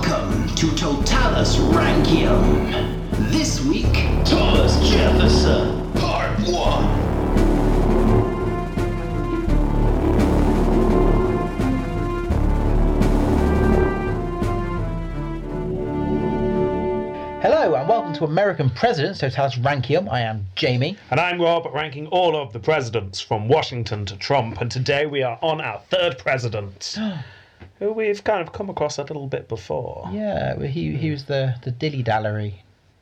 to Totalis Rankium. This week, Thomas Jefferson, Part 1. Hello and welcome to American Presidents Totalis Rankium. I am Jamie. And I'm Rob, ranking all of the presidents from Washington to Trump, and today we are on our third president, who we've kind of come across a little bit before. Yeah, well, he he was the the dilly dallery,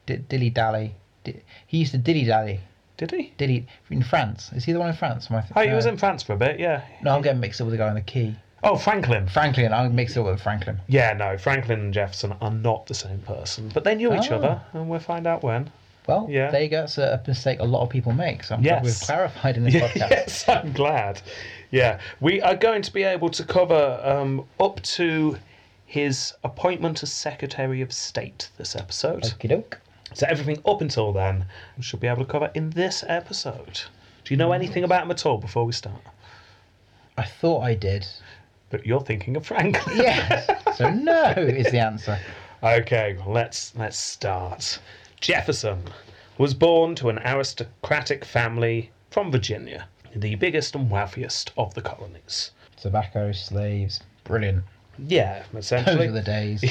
D- dilly dally. Di- he used to dilly dally, Did he? dilly in France. Is he the one in France? Am I Oh, he was in France for a bit, yeah. No, I'm getting mixed up with the guy on the key. Oh, Franklin. Franklin. I'm mixed up with Franklin. Yeah, no, Franklin and Jefferson are not the same person, but they knew each Oh. other, and we'll find out when. Well, Yeah. there you go. That's a, a mistake a lot of people make. So I'm glad we've Yes. clarified in this podcast. yes, I'm glad. Yeah, we are going to be able to cover um, up to his appointment as Secretary of State this episode. Okie doke. So everything up until then, we should be able to cover in this episode. Do you know anything about him at all before we start? I thought I did. But you're thinking of Franklin. Yes. so no is the answer. Okay, well, let's let's start. Jefferson was born to an aristocratic family from Virginia, the biggest and wealthiest of the colonies. Tobacco slaves. Brilliant. Yeah, Those essentially. were the days.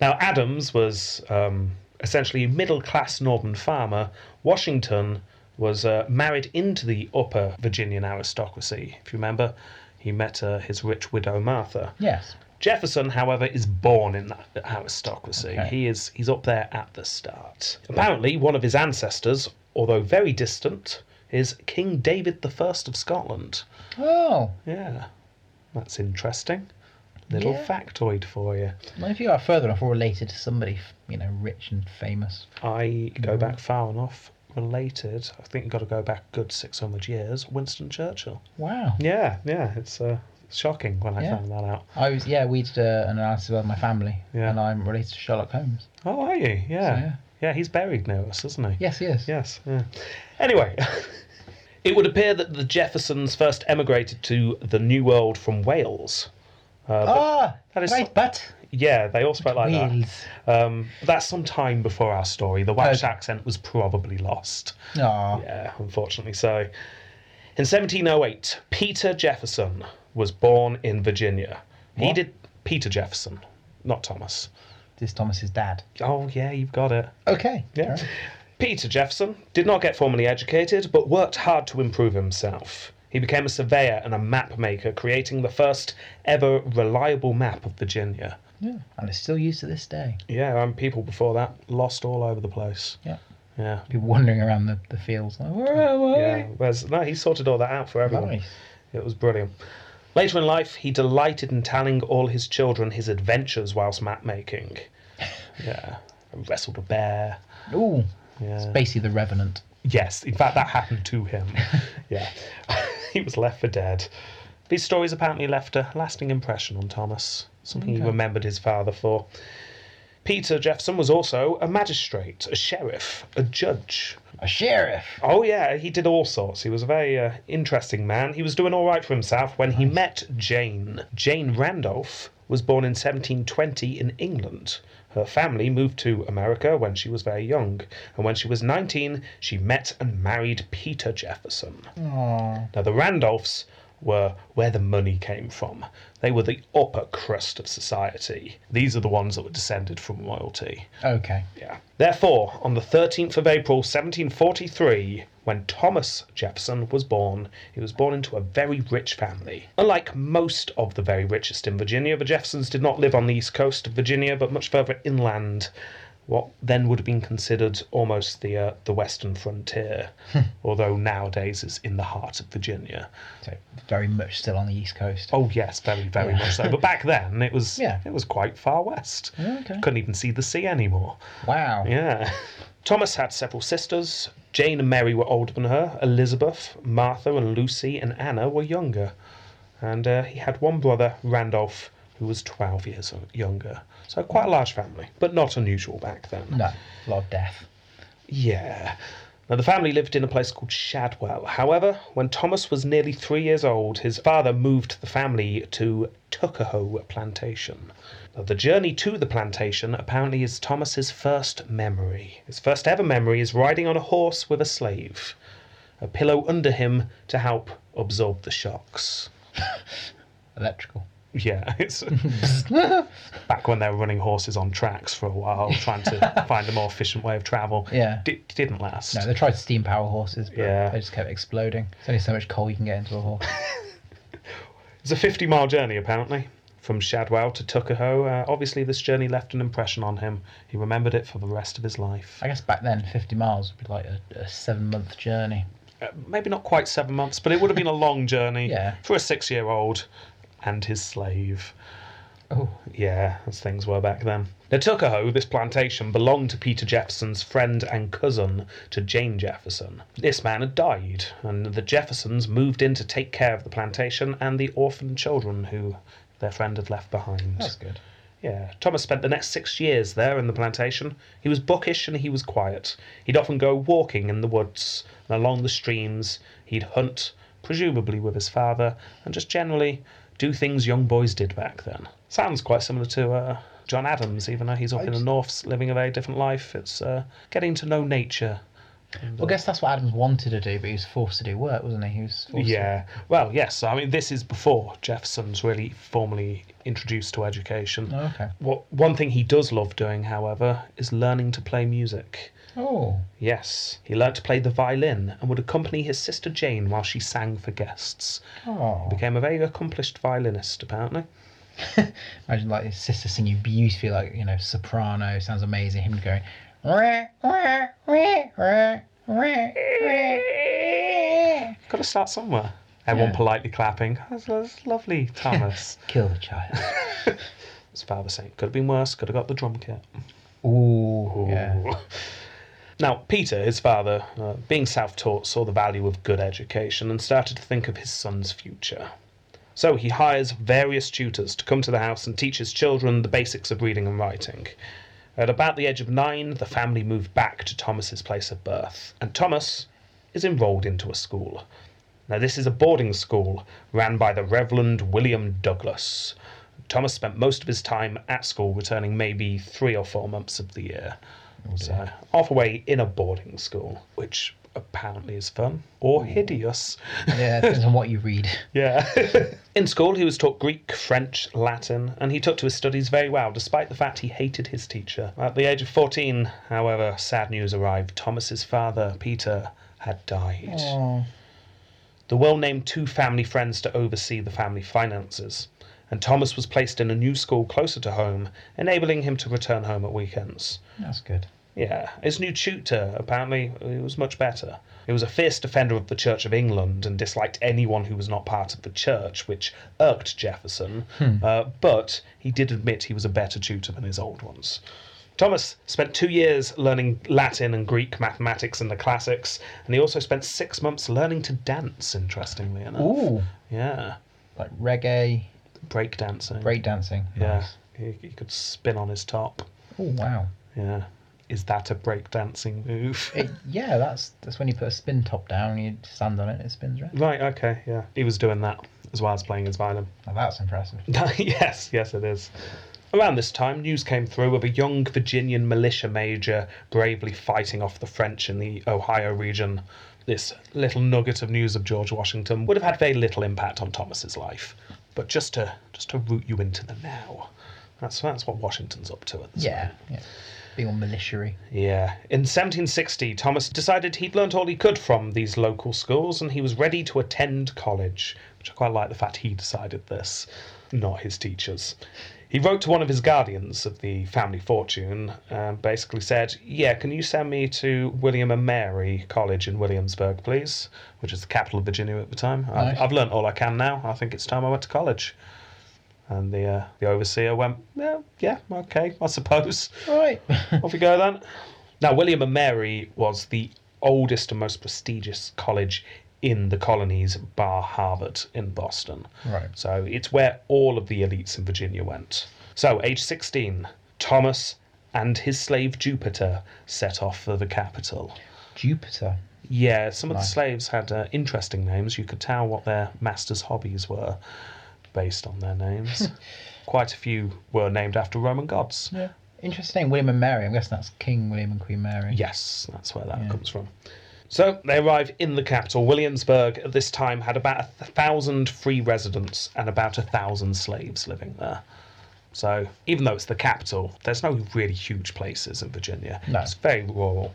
Now, Adams was um, essentially a middle class northern farmer. Washington was uh, married into the upper Virginian aristocracy. If you remember, he met uh, his rich widow Martha. Yes. Jefferson, however, is born in that aristocracy. Okay. He is he's up there at the start. Apparently, one of his ancestors, although very distant, is King David the First of Scotland. Oh, Yeah, that's interesting. Little Yeah. factoid for you. Well, if you are further enough or related to somebody, you know, rich and famous. I go back far enough. Related, I think you've got to go back a good 600 years. Winston Churchill. Wow. Yeah, yeah, it's uh, shocking when I Yeah. found that out. I was, yeah, we did uh, an analysis about my family, Yeah. and I'm related to Sherlock Holmes. Oh, are you? Yeah. yeah. yeah. he's buried near us, isn't he? Yes, yes. Yes. Yeah. Anyway, it would appear that the Jeffersons first emigrated to the New World from Wales. Uh, but- Ah, That is right, so- but yeah, they all spoke like Wales. that. Um, but that's some time before our story. The Welsh Okay. accent was probably lost. Aw, Yeah, unfortunately so. In 1708, Peter Jefferson was born in Virginia. He What? did Peter Jefferson, not Thomas. this Thomas's dad. Oh yeah, you've got it. Okay. Yeah. alright. Peter Jefferson did not get formally educated, but worked hard to improve himself. He became a surveyor and a map maker, creating the first ever reliable map of Virginia. Yeah. And it's still used to this day. Yeah, and people before that lost all over the place. Yeah. Yeah. People wandering around the, the fields. Like, Where am I? Yeah, whereas, no, he sorted all that out for everyone. Nice. It was brilliant. Later in life, he delighted in telling all his children his adventures whilst map making. Yeah, wrestled a bear. Ooh. Yeah. It's basically the Revenant. Yes, in fact, that happened to him. Yeah, he was left for dead. These stories apparently left a lasting impression on Thomas, something he Okay. remembered his father for. Peter Jefferson was also a magistrate, a sheriff, a judge. A sheriff. Oh, yeah, he did all sorts. He was a very uh, interesting man. He was doing all right for himself when he met Jane. Jane Randolph was born in 1720 in England. Her family moved to America when she was very young, and when she was 19, she met and married Peter Jefferson. Aw. Now, the Randolphs were where the money came from. They were the upper crust of society. These are the ones that were descended from royalty. Okay. Yeah. Therefore, on the 13th of April 1743, when Thomas Jefferson was born, he was born into a very rich family. Unlike most of the very richest in Virginia, the Jeffersons did not live on the east coast of Virginia, but much further inland, what then would have been considered almost the uh, the western frontier, Hmm. although nowadays is in the heart of Virginia. So very much still on the East Coast. Oh yes, very very Yeah. much so. But back then it was Yeah. it was quite far west. Okay. Couldn't even see the sea anymore. Wow. Yeah. Thomas had several sisters. Jane and Mary were older than her. Elizabeth, Martha, and Lucy and Anna were younger. And uh, he had one brother, Randolph, who was 12 years o- younger. So quite a large family, but not unusual back then. No. A lot of death. Yeah. Now, the family lived in a place called Shadwell. However, when Thomas was nearly three years old, his father moved the family to Tuckahoe Plantation. Now, the journey to the plantation apparently is Thomas's first memory. His first ever memory is riding on a horse with a slave, a pillow under him to help absorb the shocks. Electrical. Yeah, it's back when they were running horses on tracks for a while, trying to find a more efficient way of travel. Yeah. D- didn't last. No, they tried steam power horses, but Yeah. they just kept exploding. There's only so much coal you can get into a horse. It's a 50 mile journey, apparently, from Shadwell to Tuckahoe. Uh, obviously, this journey left an impression on him. He remembered it for the rest of his life. I guess back then, 50 miles would be like a, a seven month journey. Uh, maybe not quite seven months, but it would have been a long journey Yeah. for a six year old and his slave. Oh, Yeah, as things were back then. Now, Tuckahoe, this plantation, belonged to Peter Jefferson's friend and cousin to Jane Jefferson. This man had died, and the Jeffersons moved in to take care of the plantation and the orphan children who their friend had left behind. that's good. Yeah, Thomas spent the next six years there in the plantation. He was bookish and he was quiet. He'd often go walking in the woods and along the streams. He'd hunt, presumably with his father, and just generally do things young boys did back then. Sounds quite similar to uh, John Adams, even though he's up in the north living a very different life. It's uh, getting to know nature. Well, I guess that's what Adams wanted to do, but he was forced to do work, wasn't he? He was forced Yeah, well, yes, I mean, this is before Jefferson's really formally introduced to education. To... Oh, okay. What one thing he does love doing, however, is learning to play music. Oh, Yes, he learnt to play the violin and would accompany his sister Jane while she sang for guests. oh. Became a very accomplished violinist, apparently. Imagine like his sister singing beautifully, like you know, soprano sounds amazing. Him going, "Wah, wah, wah, wah, wah, wah." Got to start somewhere. Everyone Yeah. politely clapping. That's, that's lovely, Thomas. kill the child. His father saying, "Could have been worse. Could have got the drum kit." Ooh, yeah. Ooh. Now, Peter, his father, uh, being self taught, saw the value of good education and started to think of his son's future. So he hires various tutors to come to the house and teach his children the basics of reading and writing. At about the age of nine, the family moved back to Thomas's place of birth, and Thomas is enrolled into a school. Now, this is a boarding school ran by the Reverend William Douglas. Thomas spent most of his time at school, returning maybe three or four months of the year. so, uh, half away in a boarding school, which apparently is fun or hideous. Yeah, it depends on what you read. Yeah. in school, he was taught Greek, French, Latin, and he took to his studies very well, despite the fact he hated his teacher. At the age of 14, however, sad news arrived. Thomas's father, Peter, had died. Oh, The will named two family friends to oversee the family finances, and Thomas was placed in a new school closer to home, enabling him to return home at weekends. that's good. Yeah, his new tutor apparently it was much better. He was a fierce defender of the Church of England and disliked anyone who was not part of the Church, which irked Jefferson. Hmm. Uh, but he did admit he was a better tutor than his old ones. Thomas spent two years learning Latin and Greek mathematics and the classics, and he also spent six months learning to dance. Interestingly enough, Ooh, yeah, like reggae, break dancing. break dancing. yeah, he, he could spin on his top. Oh wow. Yeah, is that a break dancing move? It, yeah, that's that's when you put a spin top down and you stand on it, it spins around. Right, okay, yeah. He was doing that as well as playing his violin. Now that's impressive. yes, yes, it is. Around this time, news came through of a young Virginian militia major bravely fighting off the French in the Ohio region. This little nugget of news of George Washington would have had very little impact on Thomas's life, but just to just to root you into the now, that's that's what Washington's up to at this Yeah, yeah. Being all military. yeah. In 1760, Thomas decided he'd learnt all he could from these local schools and he was ready to attend college, which I quite like the fact he decided this, not his teachers. He wrote to one of his guardians of the family fortune, uh, basically said, Yeah, can you send me to William and Mary College in Williamsburg, please? Which is the capital of Virginia at the time. Nice. I've, I've learnt all I can now. I think it's time I went to college. And the, uh, the overseer went, Yeah, yeah, okay, I suppose. Right. Off we go then. Now, William and Mary was the oldest and most prestigious college in the colonies, bar Harvard in Boston. Right. So it's where all of the elites in Virginia went. So, age 16, Thomas and his slave Jupiter set off for the capital. Jupiter. Yeah, some of the Nice. slaves had uh, interesting names. You could tell what their master's hobbies were based on their names. Quite a few were named after Roman gods. Yeah. Interesting name, William and Mary. I'm guessing that's King William and Queen Mary. Yes, that's where that comes from. So they arrive in the capital. Williamsburg at this time had about a th- thousand free residents and about a thousand slaves living there. So even though it's the capital, there's no really huge places in Virginia. No. It's very rural.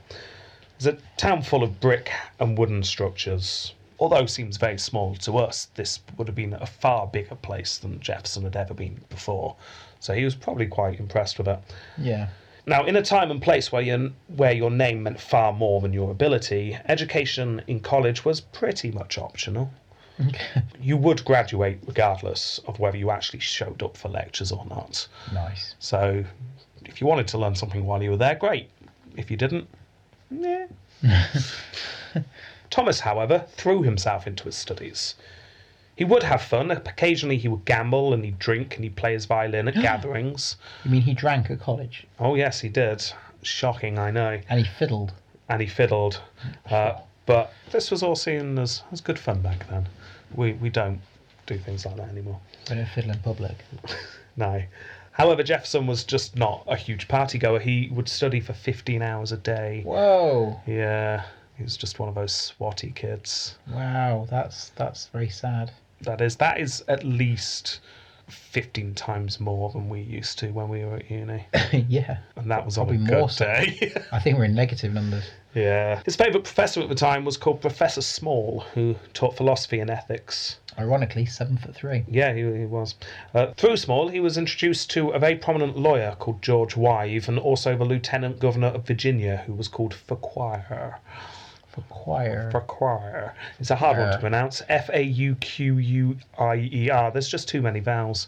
It's a town full of brick and wooden structures. Although it seems very small to us, this would have been a far bigger place than Jefferson had ever been before. So he was probably quite impressed with it. Yeah. Now, in a time and place where your where your name meant far more than your ability, education in college was pretty much optional. you would graduate regardless of whether you actually showed up for lectures or not. Nice. So, if you wanted to learn something while you were there, great. If you didn't, nah. Thomas, however, threw himself into his studies. He would have fun. Occasionally, he would gamble and he'd drink and he'd play his violin at gatherings. You mean he drank at college Oh, yes, he did. Shocking, I know. and he fiddled? and he fiddled. Uh, but this was all seen as, as good fun back then. We, we don't do things like that anymore. We don't fiddle in public. No. However, Jefferson was just not a huge party goer. He would study for 15 hours a day. Whoa! Yeah, he was just one of those swotty kids. Wow, that's that's very sad. That is, that is at least 15 times more than we used to when we were at uni. yeah, And that was on a Probably good more so. day. I think we're in negative numbers. yeah. His favourite professor at the time was called Professor Small, who taught philosophy and ethics. Ironically, seven foot three. Yeah, he, he was. Uh, through Small, he was introduced to a very prominent lawyer called George Wyve and also the Lieutenant Governor of Virginia, who was called Fauquier. For choir. Fauquier. It's a hard one to Yeah. pronounce. F A U Q U I E R. There's just too many vowels.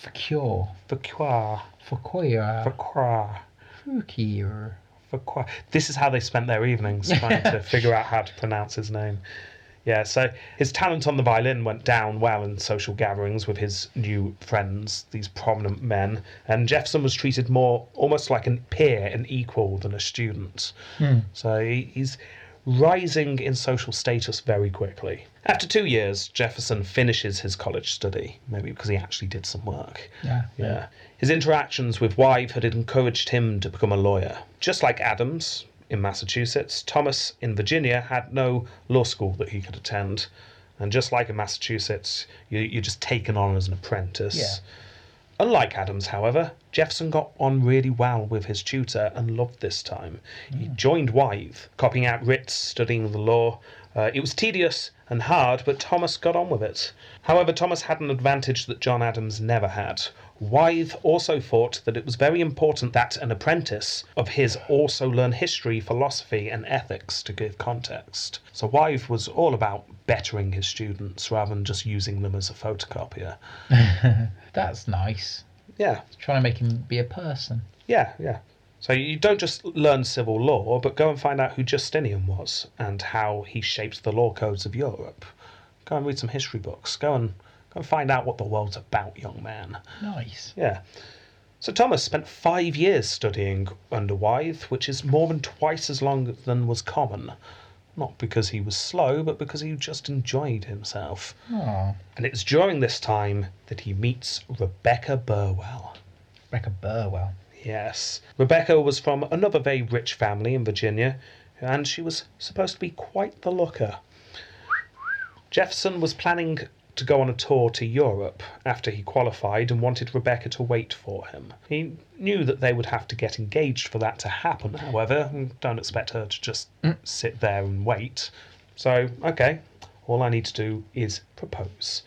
For cure. Fauquier. For choir. uh, Fauquier. For cure. Fauquier. This is how they spent their evenings trying to figure out how to pronounce his name. Yeah, so his talent on the violin went down well in social gatherings with his new friends, these prominent men, and Jefferson was treated more almost like a peer, an equal, than a student. So he- he's rising in social status very quickly. After two years, Jefferson finishes his college study, maybe because he actually did some work. Yeah. Yeah. His interactions with Wyve had encouraged him to become a lawyer. Just like Adams in Massachusetts, Thomas in Virginia had no law school that he could attend. And just like in Massachusetts, you, you're just taken on as an apprentice. Unlike Adams, however, Jefferson got on really well with his tutor and loved this time. He joined Wythe, copying out writs, studying the law. Uh, it was tedious and hard, but Thomas got on with it. However, Thomas had an advantage that John Adams never had. Wythe also thought that it was very important that an apprentice of his also learn history, philosophy, and ethics to give context. So Wythe was all about bettering his students rather than just using them as a photocopier. That's nice. Yeah, Trying to make him be a person. Yeah, yeah. So you don't just learn civil law, but go and find out who Justinian was and how he shaped the law codes of Europe. Go and read some history books. Go and go and find out what the world's about, young man. Nice. Yeah. So Thomas spent five years studying under Wythe, which is more than twice as long than was common. Not because he was slow, but because he just enjoyed himself. Oh, And it's during this time that he meets Rebecca Burwell. Rebecca Burwell. Yes. Rebecca was from another very rich family in Virginia, and she was supposed to be quite the looker. Jefferson was planning to go on a tour to Europe after he qualified and wanted Rebecca to wait for him. He knew that they would have to get engaged for that to happen, however, and don't expect her to just sit there and wait. So, okay, all I need to do is propose.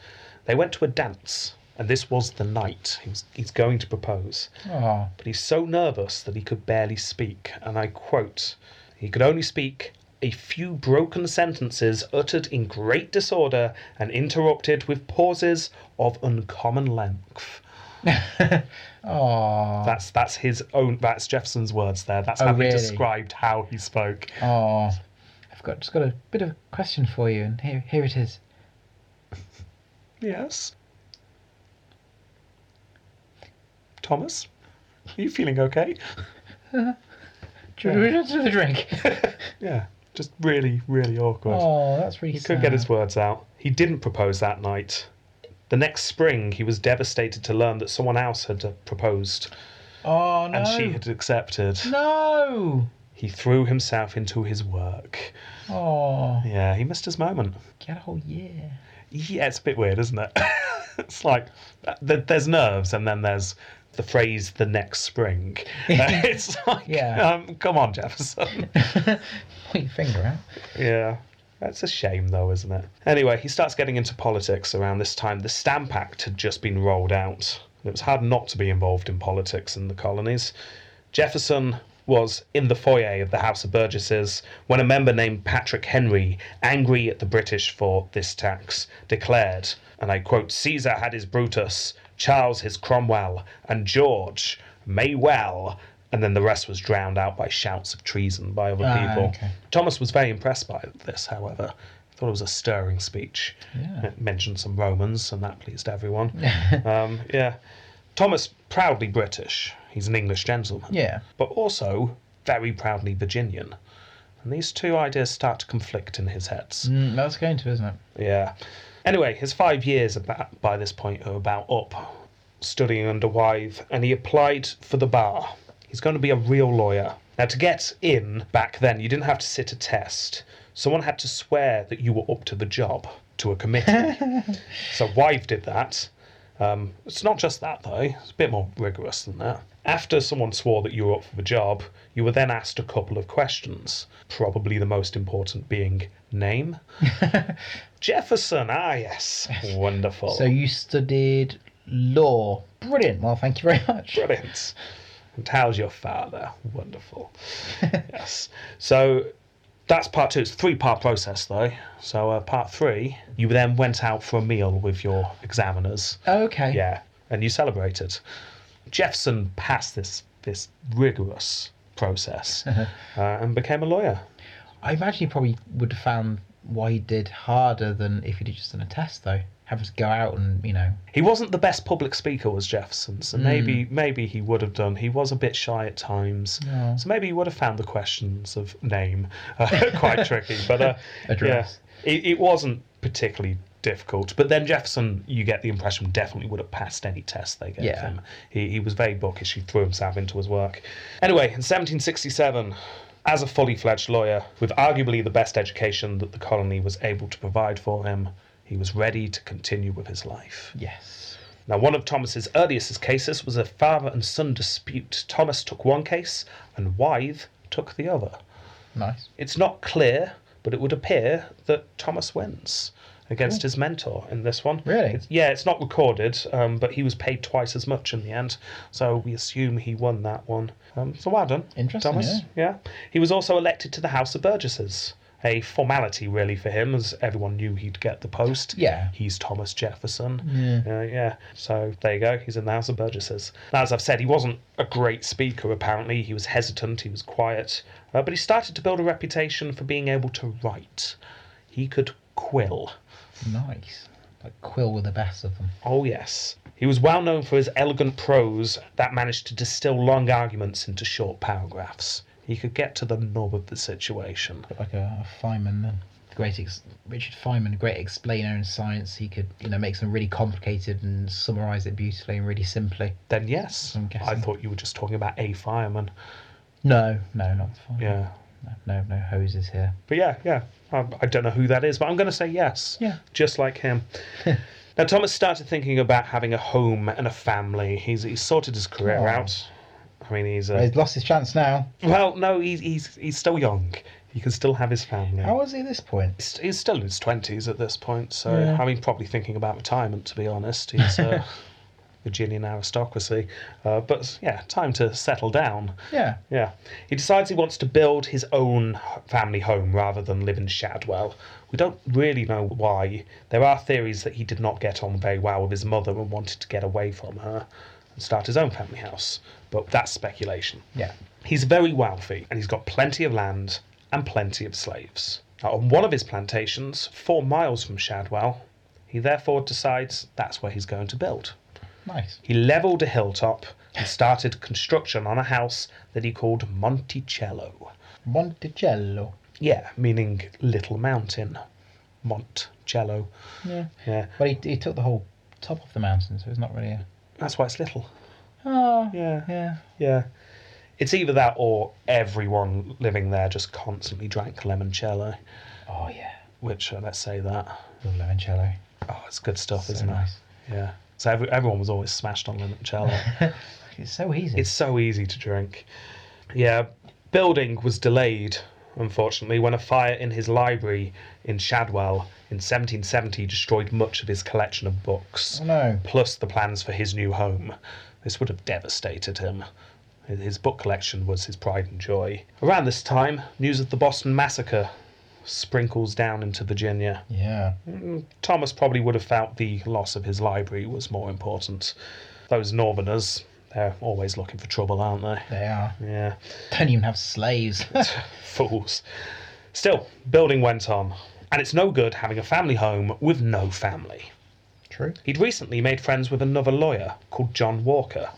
They went to a dance, and this was the night. He was, he's going to propose Oh, but he's so nervous that he could barely speak. And I quote, he could only speak a few broken sentences uttered in great disorder and interrupted with pauses of uncommon length. oh, That's that's his own that's Jefferson's words there. That's Oh, how he really? described how he spoke. oh. I've got just got a bit of a question for you, and here here it is. Yes. Thomas? Are you feeling okay? Drink. Yeah. Just really, really awkward. Oh, that's really He sad. could get his words out. He didn't propose that night. The next spring, he was devastated to learn that someone else had uh, proposed Oh no. and she had accepted. No. He threw himself into his work. Oh, Yeah, he missed his moment. get a whole year. Yeah, it's a bit weird, isn't it? it's like uh, th- there's nerves, and then there's the phrase "the next spring." Uh, it's like, Yeah. um, come on, Jefferson. Put your finger out. Yeah. That's a shame, though, isn't it? Anyway, he starts getting into politics around this time. The Stamp Act had just been rolled out. It was hard not to be involved in politics in the colonies. Jefferson was in the foyer of the House of Burgesses when a member named Patrick Henry, angry at the British for this tax, declared, and I quote Caesar had his Brutus, Charles his Cromwell, and George may well. And then the rest was drowned out by shouts of treason by other Ah, people. okay. Thomas was very impressed by this, however. Thought it was a stirring speech. Yeah. It mentioned some Romans, and that pleased everyone. um, yeah. Thomas, proudly British. He's an English gentleman. Yeah. But also very proudly Virginian. And these two ideas start to conflict in his heads. Mm, that's going to, isn't it? Yeah. Anyway, his five years about, by this point are about up, studying under Wythe, and he applied for the bar. He's going to be a real lawyer. Now, to get in back then, you didn't have to sit a test. Someone had to swear that you were up to the job to a committee. so Wythe did that. Um, it's not just that, though, it's a bit more rigorous than that. After someone swore that you were up for the job, you were then asked a couple of questions, probably the most important being name. Jefferson, ah, yes. Wonderful. So you studied law. Brilliant. Well, thank you very much. Brilliant. And how's your father? Wonderful. yes. So that's part two. It's a three part process, though. So, uh, part three, you then went out for a meal with your examiners. Okay. Yeah, and you celebrated. Jefferson passed this this rigorous process uh, and became a lawyer. I imagine he probably would have found why he did harder than if he'd just done a test, though. Have to go out and you know. He wasn't the best public speaker, was Jefferson, so Hmm. maybe maybe he would have done. He was a bit shy at times, No. so maybe he would have found the questions of name uh, quite tricky. But uh, Address. yeah, it, it wasn't particularly difficult. But then Jefferson, you get the impression, definitely would have passed any test they gave Yeah. him. He, he was very bookish. He threw himself into his work. Anyway, in 1767, as a fully fledged lawyer, with arguably the best education that the colony was able to provide for him, he was ready to continue with his life. Yes. Now, one of Thomas's earliest cases was a father and son dispute. Thomas took one case, and Wythe took the other. Nice. It's not clear, but it would appear that Thomas wins against his mentor in this one. Really? It's- yeah, it's not recorded, um, but he was paid twice as much in the end, so we assume he won that one. Um, so well done, Interesting, Thomas. Yeah. He was also elected to the House of Burgesses. A formality, really, for him, as everyone knew he'd get the post. Yeah. He's Thomas Jefferson. Yeah. yeah. So there you go. He's in the House of Burgesses. Now, as I've said, he wasn't a great speaker, apparently. He was hesitant, he was quiet. Uh, but he started to build a reputation for being able to write. He could quill. Nice. Like Quill were the best of them. Oh, yes. He was well known for his elegant prose that managed to distill long arguments into short paragraphs. He could get to the nub of the situation. Like a, a Feynman then. The great ex- Richard Feynman, a great explainer in science. He could you know make something really complicated and summarize it beautifully and really simply. Then, yes, I'm I guessing. thought you were just talking about a fireman. No, no, not Feynman. Yeah. No, no hoses here. But yeah, yeah. I, I don't know who that is, but I'm going to say yes. Yeah. Just like him. now, Thomas started thinking about having a home and a family. He's, he's sorted his career Oh. out. I mean, he's a. He's lost his chance now. Well, no, he's, he's, he's still young. He can still have his family. How was he at this point? He's- He's still in his 20s at this point, so Yeah. I mean, probably thinking about retirement, to be honest. He's uh, Virginian aristocracy. Uh, but yeah, time to settle down. Yeah. Yeah. He decides he wants to build his own h- family home rather than live in Shadwell. We don't really know why. There are theories that he did not get on very well with his mother and wanted to get away from her and start his own family house. But that's speculation. Yeah. He's very wealthy and he's got plenty of land and plenty of slaves. Now, on one of his plantations, four miles from Shadwell, he therefore decides that's where he's going to build. Nice. He levelled a hilltop and started construction on a house that he called Monticello. Monticello. Yeah, meaning Little Mountain. Monticello. Yeah. Yeah. Well, he, he took the whole top of the mountain, so it's not really a. That's why it's little. Oh. Yeah. Yeah. Yeah. It's either that or everyone living there just constantly drank limoncello, Oh, yeah. which, uh, let's say that, Love limoncello. oh, it's good stuff, So isn't nice. it? Yeah. So every, everyone was always smashed on limoncello. It's so easy. it's so easy to drink. Yeah. Building was delayed, unfortunately, when a fire in his library in Shadwell in 1770 destroyed much of his collection of books. Oh, no. plus the plans for his new home. This would have devastated him. His book collection was his pride and joy. Around this time, news of the Boston Massacre sprinkles down into Virginia. Yeah. Thomas probably would have felt the loss of his library was more important. Those northerners, they're always looking for trouble, aren't they? They are. Yeah, Don't even have slaves. fools. Still, building went on, and it's no good having a family home with no family. True. He'd recently made friends with another lawyer called John Walker.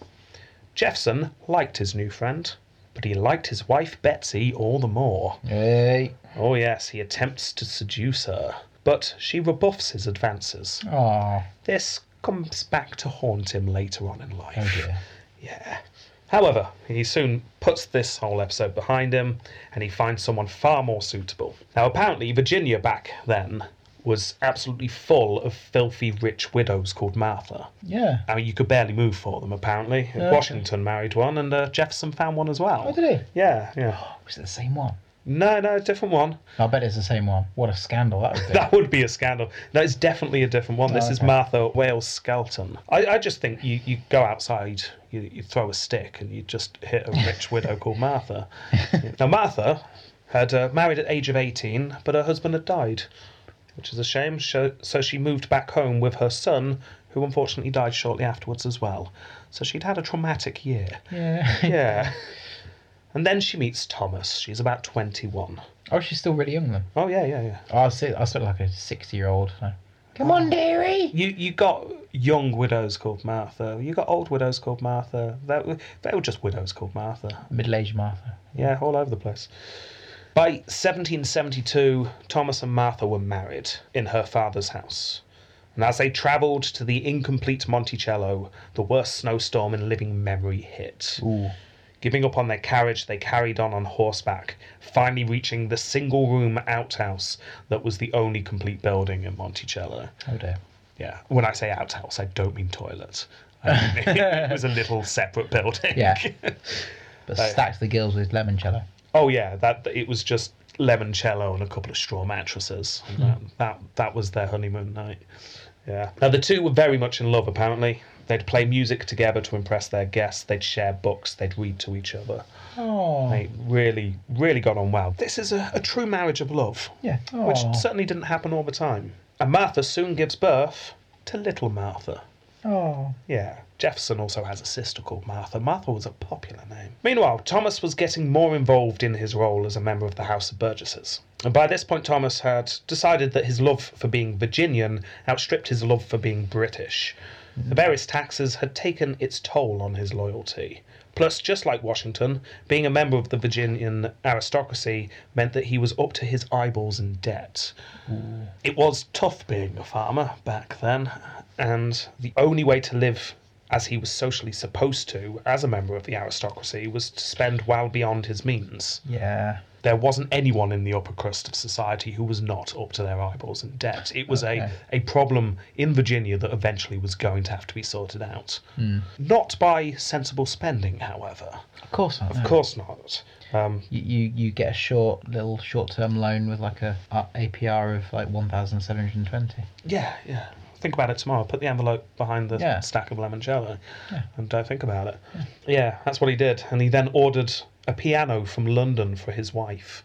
Jefferson liked his new friend, but he liked his wife Betsy all the more. Hey. Oh, yes, he attempts to seduce her, but she rebuffs his advances. Oh. This comes back to haunt him later on in life. Oh dear. Yeah. However, he soon puts this whole episode behind him and he finds someone far more suitable. Now, apparently, Virginia back then was absolutely full of filthy rich widows called Martha. Yeah. I mean, you could barely move for them, apparently. okay. Washington married one, and uh, Jefferson found one as well. Oh, did he? Yeah, yeah. Was Oh, it the same one? No, no, different one. I bet it's the same one. What a scandal that would be. That would be a scandal. No, it's definitely a different one. This is Oh, okay. Martha Wales Skelton. I, I just think you, you go outside, you, you throw a stick, and you just hit a rich widow called Martha. Now, Martha had uh, married at age of 18, but her husband had died, which is a shame. So so she moved back home with her son, who unfortunately died shortly afterwards as well. So she'd had a traumatic year. yeah. Yeah. And then she meets Thomas. She's about 21. Oh, she's still really young then. Oh, yeah, yeah, yeah. Oh, I see. I look like a sixty-year-old. Come on, dearie. You, you got young widows called Martha. You got old widows called Martha. They, were- they were just widows called Martha. Middle-aged Martha. Yeah, all over the place. By 1772, Thomas and Martha were married in her father's house. And as they travelled to the incomplete Monticello, the worst snowstorm in living memory hit. Ooh. Giving up on their carriage, they carried on on horseback, finally reaching the single room outhouse that was the only complete building in Monticello. Oh dear. Yeah, when I say outhouse, I don't mean toilet. I mean, it was a little separate building. Yeah. But stacked the gills with limoncello. Oh yeah, that it was just limoncello and a couple of straw mattresses. And that, that that was their honeymoon night. Yeah. Now the two were very much in love. Apparently, they'd play music together to impress their guests. They'd share books. They'd read to each other. Oh. They really, really got on well. This is a, a true marriage of love, Yeah. Oh. which certainly didn't happen all the time. And Martha soon gives birth to little Martha. oh. Yeah. Jefferson also has a sister called Martha. Martha was a popular name. Meanwhile, Thomas was getting more involved in his role as a member of the House of Burgesses. And by this point, Thomas had decided that his love for being Virginian outstripped his love for being British. The various taxes had taken its toll on his loyalty. Plus, just like Washington, being a member of the Virginian aristocracy meant that he was up to his eyeballs in debt. It was tough being a farmer back then, and the only way to live as he was socially supposed to as a member of the aristocracy was to spend well beyond his means. Yeah. There wasn't anyone in the upper crust of society who was not up to their eyeballs in debt. It was Okay. a, a problem in Virginia that eventually was going to have to be sorted out. Not by sensible spending, however. Of course not. Of course not. Um, You, you you get a short little short-term loan with like a, a APR of like one thousand seven hundred twenty. Yeah, yeah. Think about it tomorrow. Put the envelope behind the Yeah. stack of limoncello and don't think about it. Yeah. that's what he did. And he then ordered a piano from London for his wife.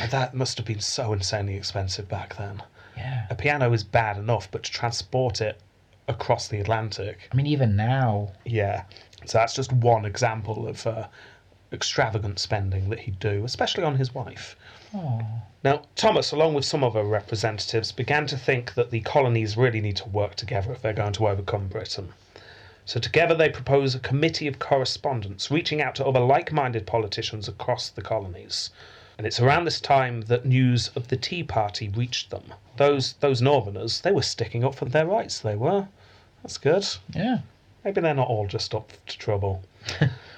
and that must have been so insanely expensive back then. Yeah. A piano is bad enough, but to transport it across the Atlantic, I mean, even now. yeah. So that's just one example of uh, extravagant spending that he'd do, especially on his wife. Oh. Now, Thomas, along with some other representatives, began to think that the colonies really need to work together if they're going to overcome Britain. So, together they propose a committee of correspondence reaching out to other like minded politicians across the colonies. And it's around this time that news of the Tea Party reached them. Those those Northerners, they were sticking up for their rights, they were. That's good. Yeah. Maybe they're not all just up to trouble.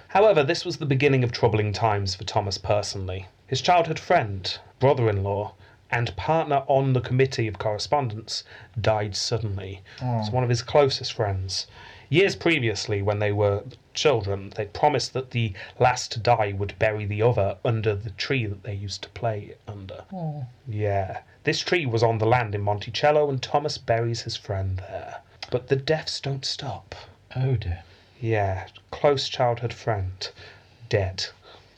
However, this was the beginning of troubling times for Thomas personally. His childhood friend, brother in law, and partner on the Committee of Correspondence died suddenly. It's one of his closest friends. Years previously, when they were children, they promised that the last to die would bury the other under the tree that they used to play under. Oh. Yeah. This tree was on the land in Monticello, and Thomas buries his friend there. But the deaths don't stop. Oh dear. Yeah, close childhood friend, dead.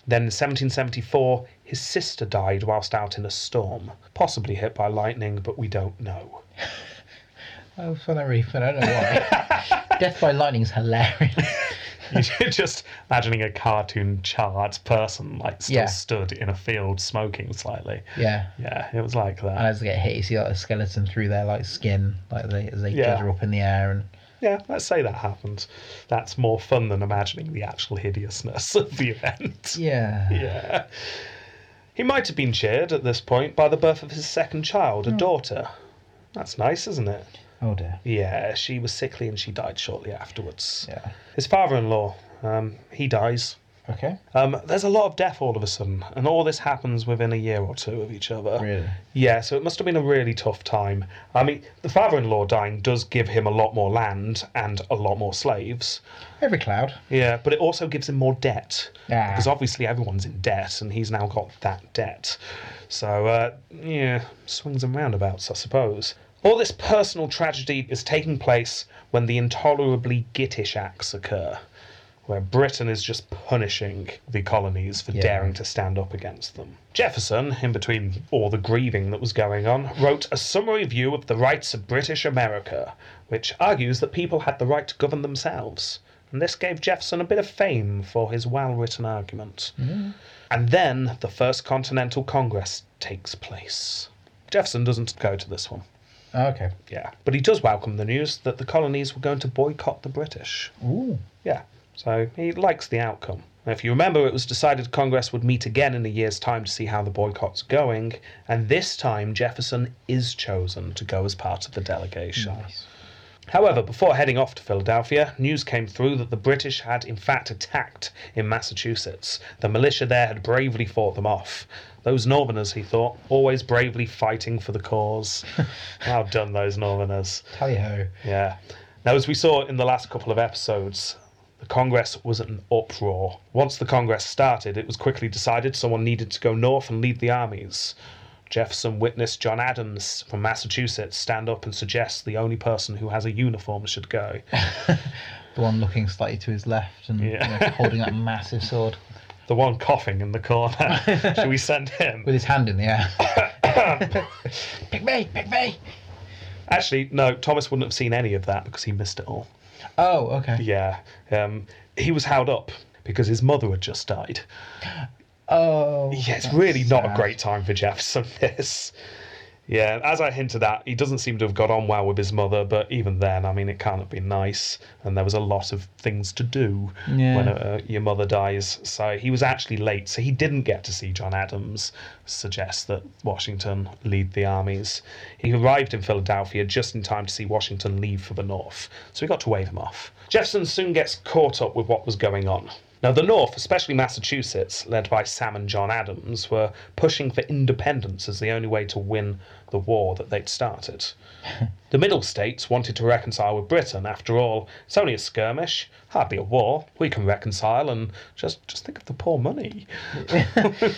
Then in 1774, his sister died whilst out in a storm, possibly hit by lightning, but we don't know. Oh, for that reason, I don't know why. Death by lightning's hilarious. You're just imagining a cartoon charred person, like, still Yeah. stood in a field smoking slightly. Yeah. Yeah, it was like And that. as they get hit, you see like a skeleton through their like skin, like they as they Yeah. judder up in the air, and Yeah, let's say that happened. That's more fun than imagining the actual hideousness of the event. yeah, Yeah. He might have been cheered at this point by the birth of his second child, Hmm. a daughter. That's nice, isn't it? Oh dear. Yeah, she was sickly and she died shortly afterwards. Yeah. His father in law, um, he dies. Okay. Um, there's a lot of death all of a sudden, and all this happens within a year or two of each other. Really. Yeah, so it must have been a really tough time. I mean, the father in law dying does give him a lot more land and a lot more slaves. Every cloud. Yeah, but it also gives him more debt Ah. because obviously everyone's in debt, and he's now got that debt. So uh, yeah, swings and roundabouts, I suppose. All this personal tragedy is taking place when the intolerably gittish acts occur, where Britain is just punishing the colonies for Yeah. daring to stand up against them. Jefferson, in between all the grieving that was going on, wrote a summary view of the rights of British America, which argues that people had the right to govern themselves. And this gave Jefferson a bit of fame for his well written argument. And then the First Continental Congress takes place. Jefferson doesn't go to this one. Okay. Yeah. But he does welcome the news that the colonies were going to boycott the British. Ooh. Yeah. So he likes the outcome. Now, If you remember, it was decided Congress would meet again in a year's time to see how the boycott's going, and this time Jefferson is chosen to go as part of the delegation. Nice. However, before heading off to Philadelphia, news came through that the British had in fact attacked in Massachusetts. The militia there had bravely fought them off. Those Northerners, he thought, always bravely fighting for the cause. How done those Northerners. Tally ho. Yeah. Now, as we saw in the last couple of episodes, the Congress was an uproar. Once the Congress started, it was quickly decided someone needed to go north and lead the armies. Jefferson witnessed John Adams from Massachusetts stand up and suggest the only person who has a uniform should go. The one looking slightly to his left and you Yeah. know, holding that massive sword The one coughing in the corner. Should we send him? with his hand in the air. pick me, pick me. Actually, no, Thomas wouldn't have seen any of that because he missed it all. Oh, okay. Yeah. Um, he was held up because his mother had just died. Oh. Yeah, it's that's really not a sad. great time for Jefferson. This, yeah, as I hinted at, he doesn't seem to have got on well with his mother. But even then, I mean, it can't have been nice, and there was a lot of things to do Yeah. when uh, your mother dies. So he was actually late, so he didn't get to see John Adams suggest that Washington lead the armies. He arrived in Philadelphia just in time to see Washington leave for the North, so he got to wave him off. Jefferson soon gets caught up with what was going on. Now, the North, especially Massachusetts, led by Sam and John Adams, were pushing for independence as the only way to win the war that they'd started. The Middle States wanted to reconcile with Britain. After all, it's only a skirmish, hardly a war. We can reconcile, and just just think of the poor money.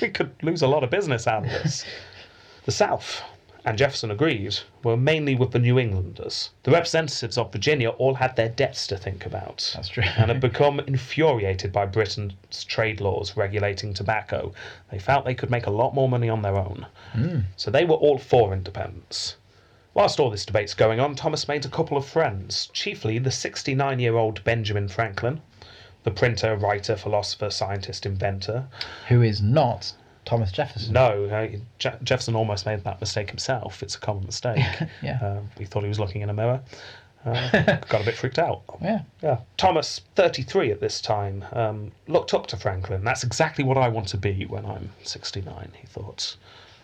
we could lose a lot of business out of this. The South, and Jefferson agreed, were mainly with the New Englanders. The representatives of Virginia all had their debts to think about. That's true. and had become infuriated by Britain's trade laws regulating tobacco. They felt they could make a lot more money on their own. Hmm. So they were all for independence. Whilst all this debate's going on, Thomas made a couple of friends, chiefly the 69 year old Benjamin Franklin, the printer, writer, philosopher, scientist, inventor. Who is not Thomas Jefferson? No, uh, Je- Jefferson almost made that mistake Uh, himself. It's a common mistake. Yeah. Um, he thought he was looking in a mirror. Uh, got a bit freaked out. Yeah. Yeah. Thomas, 33 at this time, um, looked up to Franklin. That's exactly what I want to be when I'm 69, he thought.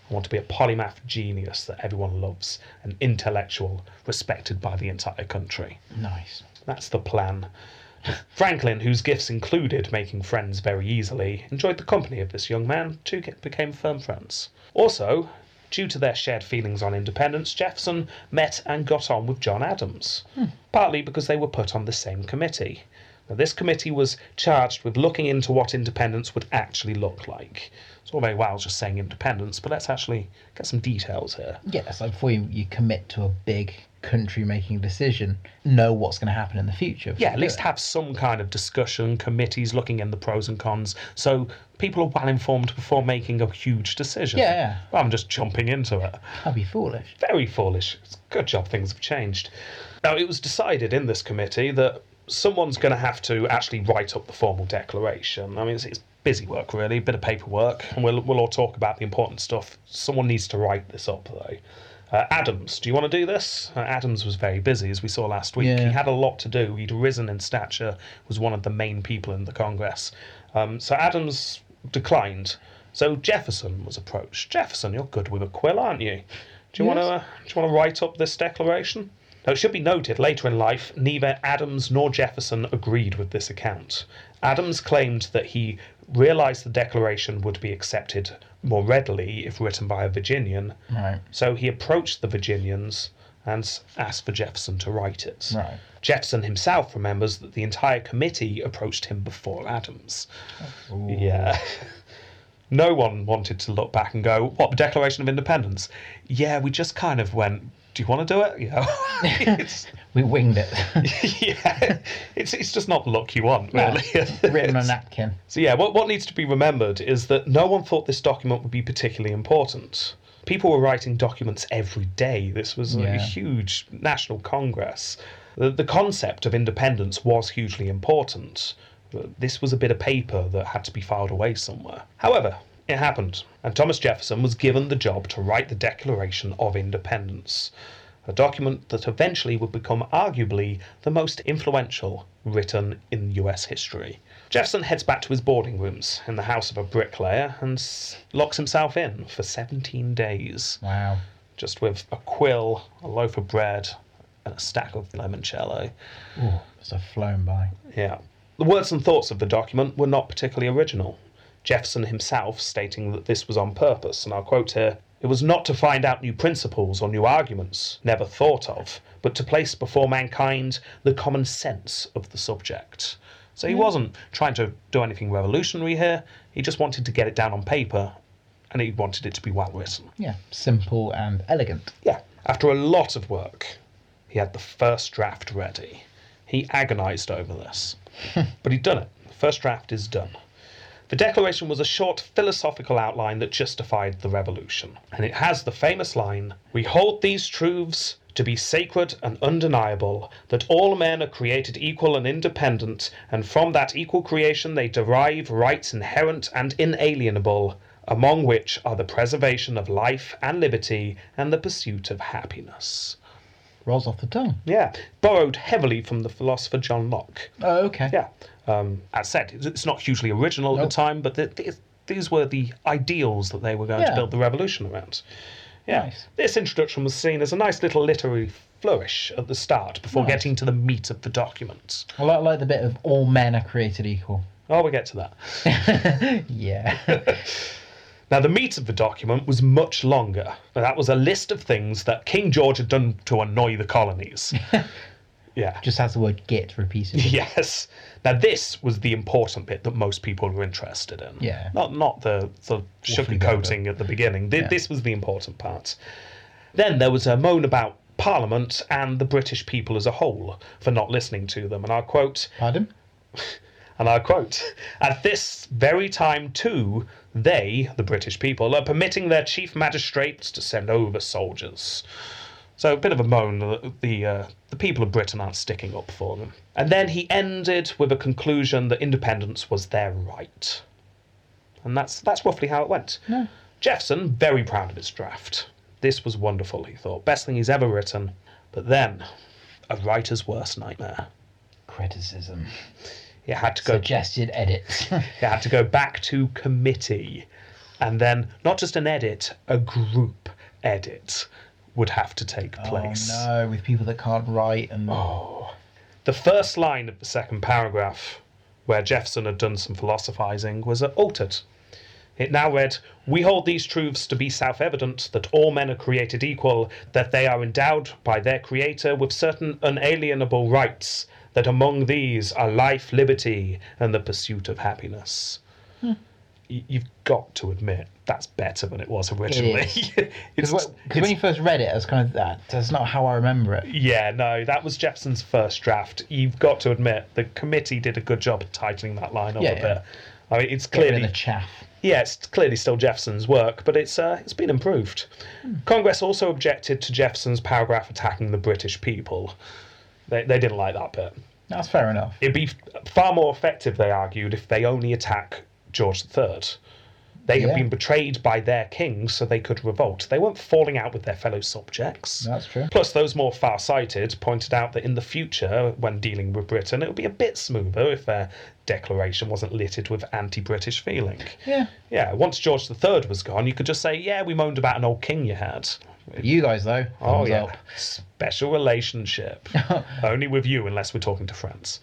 I want to be a polymath genius that everyone loves, an intellectual respected by the entire country. Nice. That's the plan. Franklin, whose gifts included making friends very easily, enjoyed the company of this young man, two ca- became firm friends. Also, due to their shared feelings on independence, Jefferson met and got on with John Adams, partly because they were put on the same committee. Now, this committee was charged with looking into what independence would actually look like. It's all very well just saying independence, but let's actually get some details here. Yeah, so before you, you commit to a big country making decision, know what's going to happen in the future. yeah, at least have some kind of discussion, committees looking in the pros and cons, so people are well informed before making a huge decision. Yeah, yeah. Rather than just jumping into it. That'd be foolish. Very foolish. It's a good job things have changed. Now, it was decided in this committee that someone's going to have to actually write up the formal declaration. I mean, it's, it's busy work, really, a bit of paperwork, and we'll, we'll all talk about the important stuff. Someone needs to write this up, though. Uh, Adams, do you want to do this? Uh, Adams was very busy, as we saw last week. Yeah. He had a lot to do. He'd risen in stature, was one of the main people in the Congress. Um, so Adams declined. So Jefferson was approached. Jefferson, you're good with a quill, aren't you? Do you Yes. want to? Uh, do you want to write up this declaration? Now, it should be noted later in life, neither Adams nor Jefferson agreed with this account. Adams claimed that he realised the declaration would be accepted more readily if written by a Virginian, Right. so he approached the Virginians and s- asked for Jefferson to write it. Right. Jefferson himself remembers that the entire committee approached him before Adams. Ooh. Yeah. No one wanted to look back and go, what, the Declaration of Independence? Yeah, we just kind of went, do you want to do it? You know, it's, We winged it. yeah, it's, it's just not the look you want, really. Written on a napkin. So yeah, what, what needs to be remembered is that no one thought this document would be particularly important. People were writing documents every day. This was a Yeah. huge national congress. The, the concept of independence was hugely important. But this was a bit of paper that had to be filed away somewhere. However, it happened, and Thomas Jefferson was given the job to write the Declaration of Independence, a document that eventually would become arguably the most influential written in US history. Jefferson heads back to his boarding rooms in the house of a bricklayer and s- locks himself in for 17 days, Wow. just with a quill, a loaf of bread, and a stack of limoncello. Ooh, it's a flown by. Yeah. The words and thoughts of the document were not particularly original. Jefferson himself stating that this was on purpose, and I'll quote here It was not to find out new principles or new arguments, never thought of, but to place before mankind the common sense of the subject. So he wasn't trying to do anything revolutionary here, he just wanted to get it down on paper, and he wanted it to be well written. Yeah. Simple and elegant. Yeah. After a lot of work, he had the first draft ready. He agonised over this. but he'd done it. The first draft is done. The Declaration was a short philosophical outline that justified the revolution. And it has the famous line We hold these truths to be sacred and undeniable, that all men are created equal and independent, and from that equal creation they derive rights inherent and inalienable, among which are the preservation of life and liberty and the pursuit of happiness. Rolls off the tongue. Yeah, borrowed heavily from the philosopher John Locke. Oh, okay. Yeah. Um, as said, it's- it's not hugely original at Nope. the time, but th th these were the ideals that they were going to Yeah. build the revolution around. Yeah. Nice. This introduction was seen as a nice little literary flourish at the start before Nice. getting to the meat of the document. I like, like the bit of all men are created equal. Oh, we'll get to that. Yeah. Now, the meat of the document was much longer. Now, that was a list of things that King George had done to annoy the colonies. yeah. Just has the word git repeated. Yes. Now this was the important bit that most people were interested in. Yeah. Not not the the Waffling sugarcoating at the beginning. Th- Yeah. This was the important part. Then there was a moan about Parliament and the British people as a whole for not listening to them. And I quote, Pardon? and I quote, At this very time, too, they, the British people, are permitting their chief magistrates to send over soldiers. So a bit of a moan that the, uh, the people of Britain aren't sticking up for them. And then he ended with a conclusion that independence was their right. And that's, that's roughly how it went. Jefferson, very proud of his draft. This was wonderful, he thought. Best thing he's ever written. But then, a writer's worst nightmare. Criticism. It had to go Suggested edits. Oh, it had to go back to committee and then not just an edit, a group edit would have to take place. Oh, Oh no, with people that can't write and The first line of the second paragraph, where Jefferson had done some philosophizing, was uh, altered. It now read We hold these truths to be self evident that all men are created equal, that they are endowed by their Creator with certain unalienable rights, that among these are life, liberty, and the pursuit of happiness. Y- You've got to admit that's better than it was originally. it's, because it's- when you first read it, I was kind of that. That's not how I remember it. yeah, no, that was Jepson's first draft. You've got to admit the committee did a good job of tightening that line up Yeah, a yeah. bit. I mean, it's Get rid of clearly the chaff. yeah, it's clearly still Jefferson's work, but it's uh, it's been improved. Hmm. Congress also objected to Jefferson's paragraph attacking the British people. They they didn't like that bit. That's fair enough. It'd be f- far more effective, they argued, if they only attack George III. They had Yeah. been betrayed by their king, so they could revolt. They weren't falling out with their fellow subjects. That's true. Plus, those more far-sighted pointed out that in the future, when dealing with Britain, it would be a bit smoother if their declaration wasn't littered with anti-British feeling. Yeah. Yeah, once George III was gone, you could just say, "Yeah, we moaned about an old king you had." You guys though. Oh thumbs yeah, up. special relationship. Only with you, unless we're talking to France.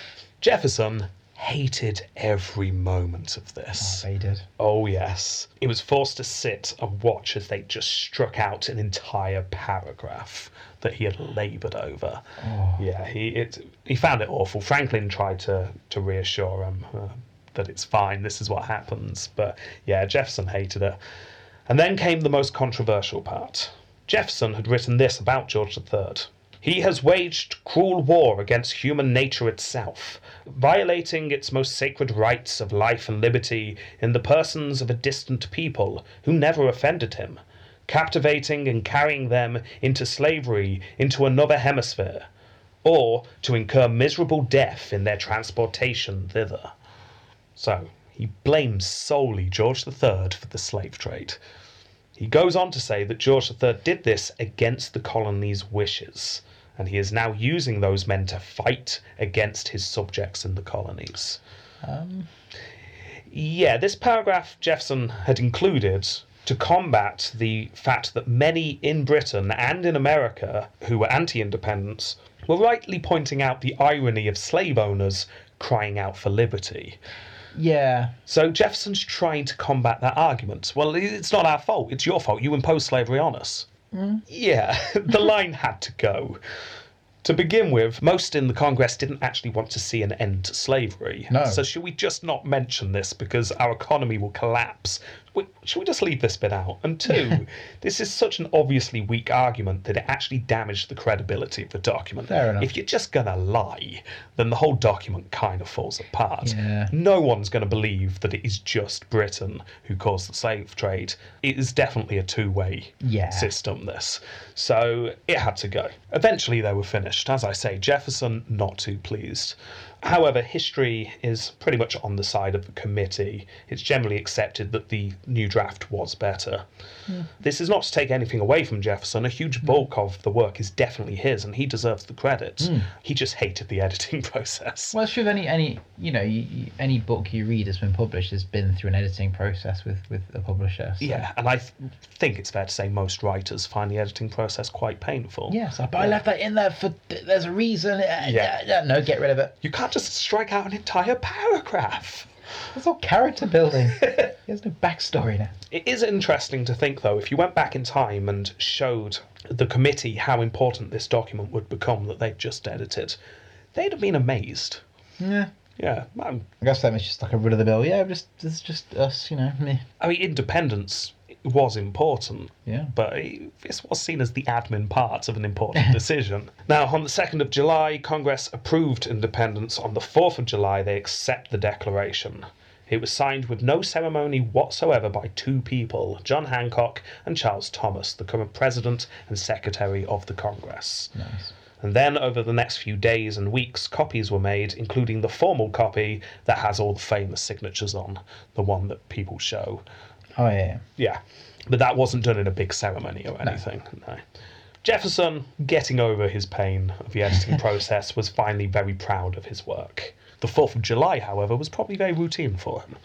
Jefferson hated every moment of this. They did. Oh, yes. He was forced to sit and watch as they just struck out an entire paragraph that he had laboured over. Yeah, he it, he found it awful. Franklin tried to, to reassure him uh, that it's fine, this is what happens. But yeah, Jefferson hated it. And then came the most controversial part. Jefferson had written this about George III. He has waged cruel war against human nature itself, violating its most sacred rights of life and liberty in the persons of a distant people who never offended him, captivating and carrying them into slavery into another hemisphere, or to incur miserable death in their transportation thither. So he blames solely George III for the slave trade. He goes on to say that George III did this against the colony's wishes, and he is now using those men to fight against his subjects in the colonies. Yeah, this paragraph Jefferson had included to combat the fact that many in Britain and in America who were anti independence were rightly pointing out the irony of slave owners crying out for liberty. Yeah. So Jefferson's trying to combat that argument. Well, it's not our fault. It's your fault. You imposed slavery on us. Mm. Yeah, the line had to go. To begin with, most in the Congress didn't actually want to see an end to slavery. No. So should we just not mention this because our economy will collapse? We- Should we just leave this bit out? And two, this is such an obviously weak argument that it actually damaged the credibility of the document. Fair enough. If you're just going to lie, then the whole document kind of falls apart. Yeah. No one's going to believe that it is just Britain who caused the slave trade. It is definitely a two way Yeah. system, this. So it had to go. Eventually, they were finished. As I say, Jefferson not too pleased. However, history is pretty much on the side of the committee. It's generally accepted that the new draft was better. This is not to take anything away from Jefferson. A huge bulk of the work is definitely his, and he deserves the credit. He just hated the editing process. Well, it's true. of Any any you know you, you- any book you read that's been published has been through an editing process with with a publisher. so- Yeah, and I th- think it's fair to say most writers find the editing process quite painful. Yes, I- but I left that in there for there's a reason. Yeah. Yeah. No, get rid of it. You can't just strike out an entire paragraph. That's all character building. There's no backstory now. It is interesting to think, though, if you went back in time and showed the committee how important this document would become that they'd just edited, they'd have been amazed. Yeah. Yeah, man, I guess that was just like a run of the mill. Yeah, just it's just us, you know, me. I mean, independence was important. Yeah. but it- this was seen as the admin part of an important decision. Now, on the 2nd of July, Congress approved independence. On the 4th of July, they accept the declaration. It was signed with no ceremony whatsoever by two people, John Hancock and Charles Thomas, the current president and secretary of the Congress. Nice. And then, over the next few days and weeks, copies were made, including the formal copy that has all the famous signatures on, the one that people show. Oh yeah. Yeah. But that wasn't done in a big ceremony or anything. No. Jefferson, getting over his pain of the editing process, was finally very proud of his work. The 4th of July, however, was probably very routine for him.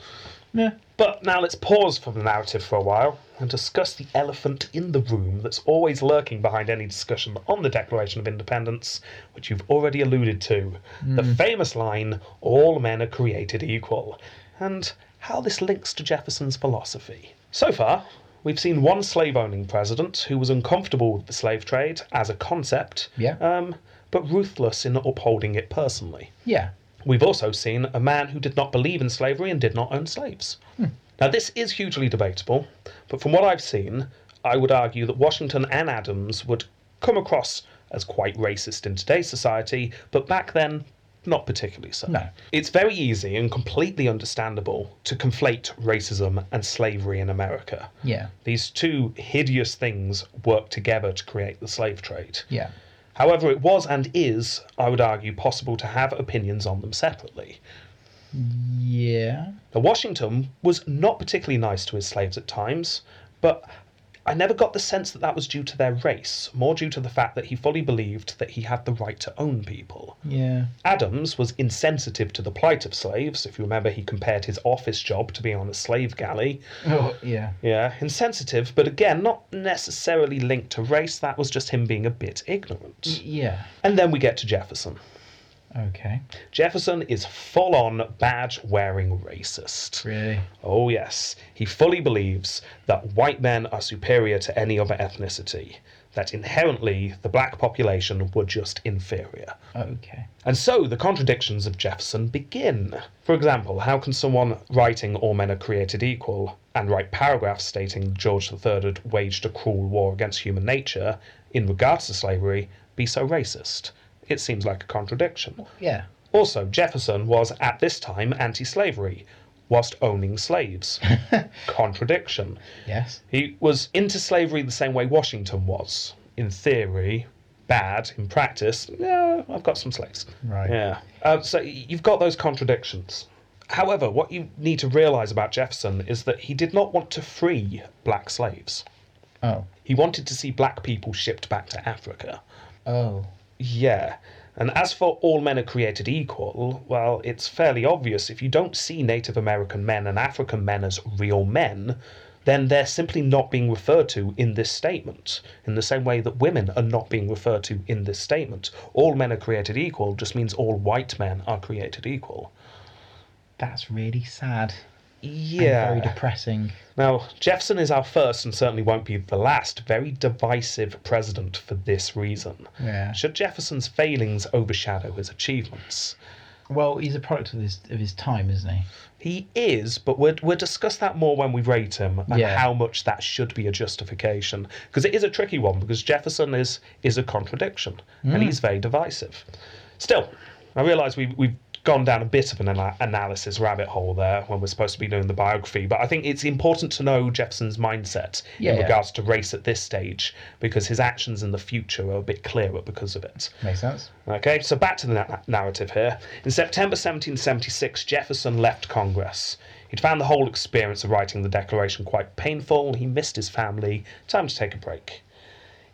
Yeah. But now let's pause from the narrative for a while and discuss the elephant in the room that's always lurking behind any discussion on the Declaration of Independence, which you've already alluded to. The famous line, All men are created equal, and how this links to Jefferson's philosophy. So far, we've seen one slave owning president who was uncomfortable with the slave trade as a concept, Yeah. um, but ruthless in upholding it personally. Yeah. We've also seen a man who did not believe in slavery and did not own slaves. Hmm. Now, this is hugely debatable, but from what I've seen, I would argue that Washington and Adams would come across as quite racist in today's society, but back then, not particularly so. No. It's very easy and completely understandable to conflate racism and slavery in America. Yeah. These two hideous things work together to create the slave trade. Yeah. However, it was and is, I would argue, possible to have opinions on them separately. Yeah. Now, Washington was not particularly nice to his slaves at times, but I never got the sense that that was due to their race, more due to the fact that he fully believed that he had the right to own people. Yeah. Adams was insensitive to the plight of slaves. If you remember, he compared his office job to being on a slave galley. Oh, yeah. Yeah, insensitive, but again, not necessarily linked to race. That was just him being a bit ignorant. Yeah. And then we get to Jefferson. Okay. Jefferson is full on badge wearing racist. Really? Oh, yes. He fully believes that white men are superior to any other ethnicity, that inherently the black population were just inferior. Okay. And so the contradictions of Jefferson begin. For example, how can someone writing All Men Are Created Equal and write paragraphs stating George III had waged a cruel war against human nature in regards to slavery be so racist? It seems like a contradiction. Yeah. Also, Jefferson was at this time anti slavery, whilst owning slaves. Contradiction. Yes. He was into slavery the same way Washington was. In theory, bad. In practice, yeah, I've got some slaves. Right. Yeah. Uh, so you've got those contradictions. However, what you need to realise about Jefferson is that he did not want to free black slaves. Oh. He wanted to see black people shipped back to Africa. Oh. Yeah. And as for all men are created equal, well, it's fairly obvious if you don't see Native American men and African men as real men, then they're simply not being referred to in this statement, in the same way that women are not being referred to in this statement. All men are created equal just means all white men are created equal. That's really sad. and Yeah. Very depressing. Now, Jefferson is our first and certainly won't be the last very divisive president for this reason. Yeah. Should Jefferson's failings overshadow his achievements? Well, he's a product of his of his time, isn't he? He is, but we'll, we'll discuss that more when we rate him and Yeah. how much that should be a justification. Because it is a tricky one, because Jefferson is, is a contradiction Mm. and he's very divisive. Still, I realise we've, we've gone down a bit of an ana- analysis rabbit hole there when we're supposed to be doing the biography, but I think it's important to know Jefferson's mindset Yeah, in yeah. regards to race at this stage, because his actions in the future are a bit clearer because of it. Makes sense. Okay, so back to the na- narrative here. In September 1776, Jefferson left Congress. He'd found the whole experience of writing the Declaration quite painful. He missed his family. Time to take a break.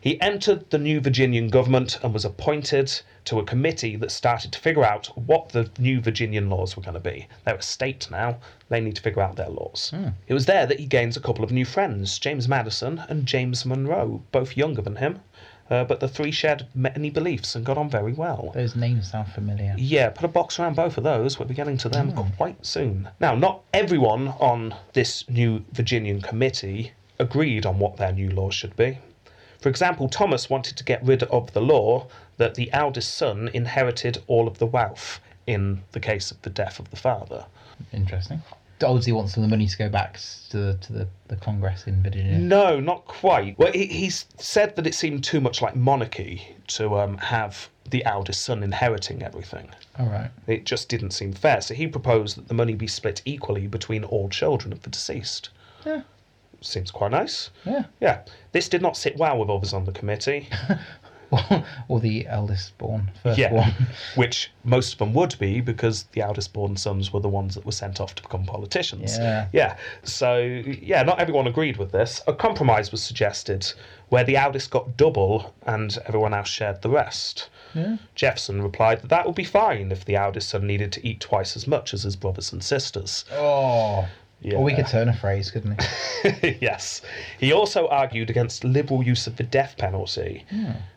He entered the new Virginian government and was appointed to a committee that started to figure out what the new Virginian laws were going to be. They're a state now, they need to figure out their laws. It was there that he gains a couple of new friends James Madison and James Monroe, both younger than him, uh, but the three shared many beliefs and got on very well. Those names sound familiar. Yeah, put a box around both of those. We'll be getting to them quite soon. Now, not everyone on this new Virginian committee agreed on what their new laws should be. For example, Thomas wanted to get rid of the law that the eldest son inherited all of the wealth in the case of the death of the father. Interesting. Obviously, wants the money to go back s- to the to the, the Congress in Virginia. No, not quite. Well, he, he s- said that it seemed too much like monarchy to um, have the eldest son inheriting everything. All right. It just didn't seem fair, so he proposed that the money be split equally between all children of the deceased. Yeah. Seems quite nice. Yeah. Yeah, this did not sit well with others on the committee. or the eldest born, first Yeah, born. which most of them would be because the eldest born sons were the ones that were sent off to become politicians. Yeah. So, yeah, not everyone agreed with this. A compromise was suggested where the eldest got double and everyone else shared the rest. Jefferson replied that that would be fine if the eldest son needed to eat twice as much as his brothers and sisters. Oh. Or we Yeah. could turn a phrase, couldn't we? yes. He also argued against liberal use of the death penalty.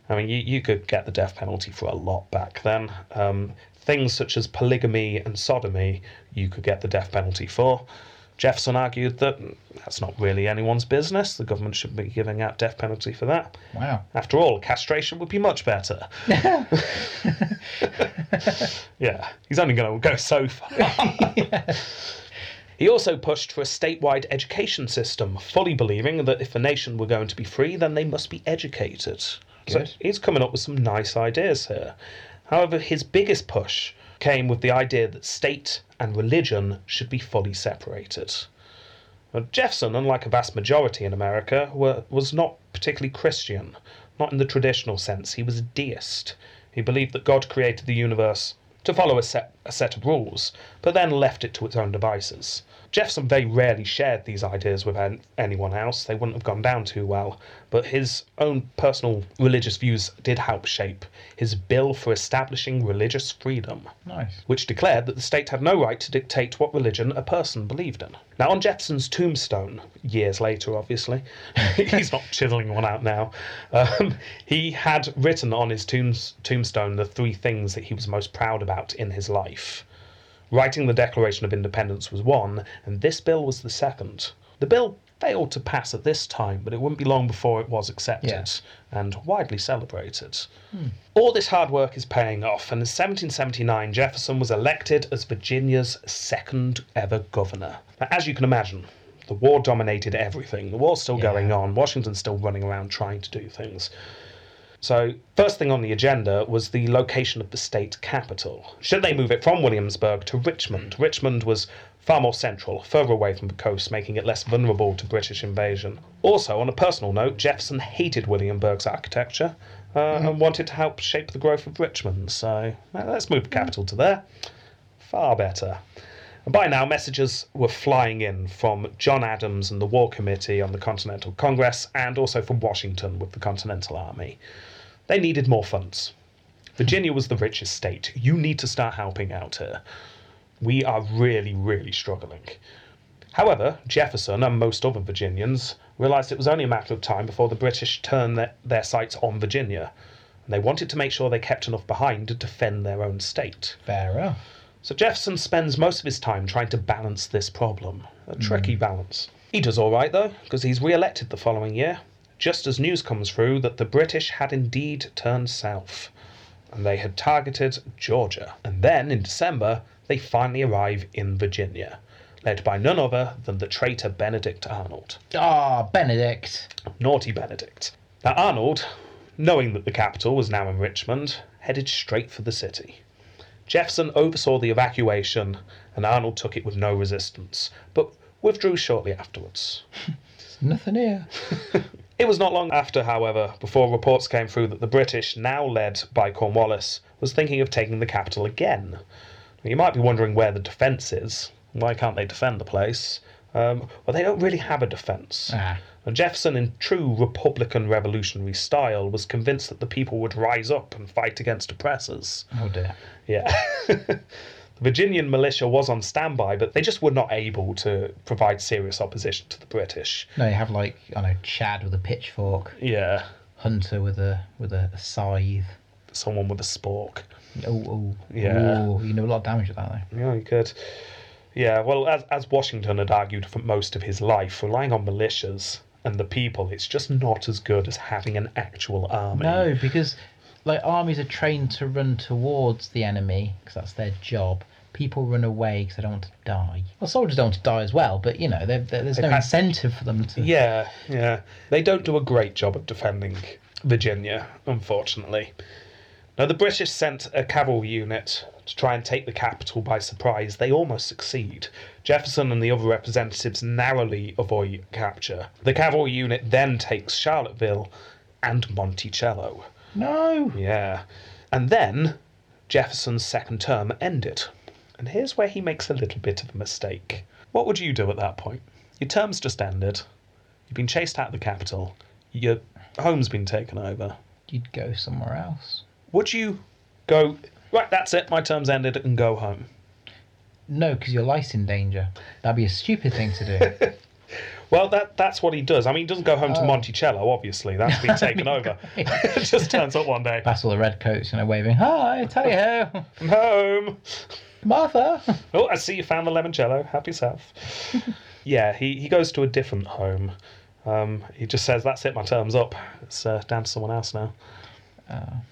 I mean, you, you could get the death penalty for a lot back then. Um, things such as polygamy and sodomy, you could get the death penalty for. Jefferson argued that that's not really anyone's business. The government shouldn't be giving out death penalty for that. Wow. After all, castration would be much better. yeah, he's only going to go so far. He also pushed for a statewide education system, fully believing that if a nation were going to be free, then they must be educated. So Good. he's coming up with some nice ideas here. However, his biggest push came with the idea that state and religion should be fully separated. Now, Jefferson, unlike a vast majority in America, were, was not particularly Christian, not in the traditional sense. He was a deist. He believed that God created the universe to follow a set, a set of rules, but then left it to its own devices. Jefferson very rarely shared these ideas with an, anyone else. They wouldn't have gone down too well, but his own personal religious views did help shape his bill for establishing religious freedom Nice. which declared that the state had no right to dictate what religion a person believed in. Now, on Jefferson's tombstone, years later, obviously, he's not chiseling one out now, um, he had written on his tombs- tombstone the three things that he was most proud about in his life. Writing the Declaration of Independence was one, and this bill was the second. The bill failed to pass at this time, but it wouldn't be long before it was accepted Yeah. and widely celebrated. All this hard work is paying off, and in 1779, Jefferson was elected as Virginia's second ever governor. Now, as you can imagine, the war dominated everything. The war's still going on. Washington's still running around trying to do things. So, first thing on the agenda was the location of the state capital. Should they move it from Williamsburg to Richmond? Richmond was far more central, further away from the coast, making it less vulnerable to British invasion. Also, on a personal note, Jefferson hated Williamsburg's architecture uh, and wanted to help shape the growth of Richmond. So, well, let's move the capital to there. Far better. And by now, messages were flying in from John Adams and the War Committee on the Continental Congress, and also from Washington with the Continental Army. They needed more funds. Virginia was the richest state. You need to start helping out here. We are really, really struggling. However, Jefferson and most other Virginians realised it was only a matter of time before the British turned their, their sights on Virginia, and they wanted to make sure they kept enough behind to defend their own state. Fair enough. So Jefferson spends most of his time trying to balance this problem. A tricky balance. He does all right, though, because he's re elected the following year, just as news comes through that the British had indeed turned south. And they had targeted Georgia. And then, in December, they finally arrive in Virginia, led by none other than the traitor Benedict Arnold. Ah, Benedict. Naughty Benedict. Now, Arnold, knowing that the capital was now in Richmond, headed straight for the city. Jefferson oversaw the evacuation, and Arnold took it with no resistance, but withdrew shortly afterwards. There's nothing here. It was not long after, however, before reports came through that the British, now led by Cornwallis, was thinking of taking the capital again. You might be wondering where the defence is. Why can't they defend the place? Um, well, they don't really have a defence. Ah. And Jefferson, in true Republican revolutionary style, was convinced that the people would rise up and fight against oppressors. Oh dear. Yeah. the Virginian militia was on standby, but they just were not able to provide serious opposition to the British. No, you have like I know Chad with a pitchfork, Yeah. Hunter with a with a, scythe. Someone with a spork. Oh, oh, Yeah. Ooh, you know a lot of damage with that though. Yeah, you could. Yeah, well, as, as Washington had argued for most of his life, relying on militias and the people, it's just not as good as having an actual army. No, because like armies are trained to run towards the enemy because that's their job. People run away because they don't want to die. Well, soldiers don't want to die as well, but you know, they're, they're, there's no had- incentive for them to. Yeah, yeah. They don't do a great job of defending Virginia, unfortunately. Now, the British sent a cavalry unit to try and take the capital by surprise. They almost succeed. Jefferson and the other representatives narrowly avoid capture. The cavalry unit then takes Charlottesville and Monticello. No. Yeah. And then Jefferson's second term ended. And here's where he makes a little bit of a mistake. What would you do at that point? Your term's just ended. You've been chased out of the capital. Your home's been taken over. You'd go somewhere else. Would you go, right, that's it, my term's ended, and go home? No, because your life's in danger. That'd be a stupid thing to do. Well, that that's what he does. I mean, he doesn't go home to Oh. Monticello, obviously. That's been taken over. just turns up one day. Past all the redcoats, you know, waving, hi, tally ho, I'm home. Martha. Oh, I see you found the limoncello. Help yourself. yeah, he, he goes to a different home. Um, he just says, that's it, my term's up. It's uh, down to someone else now.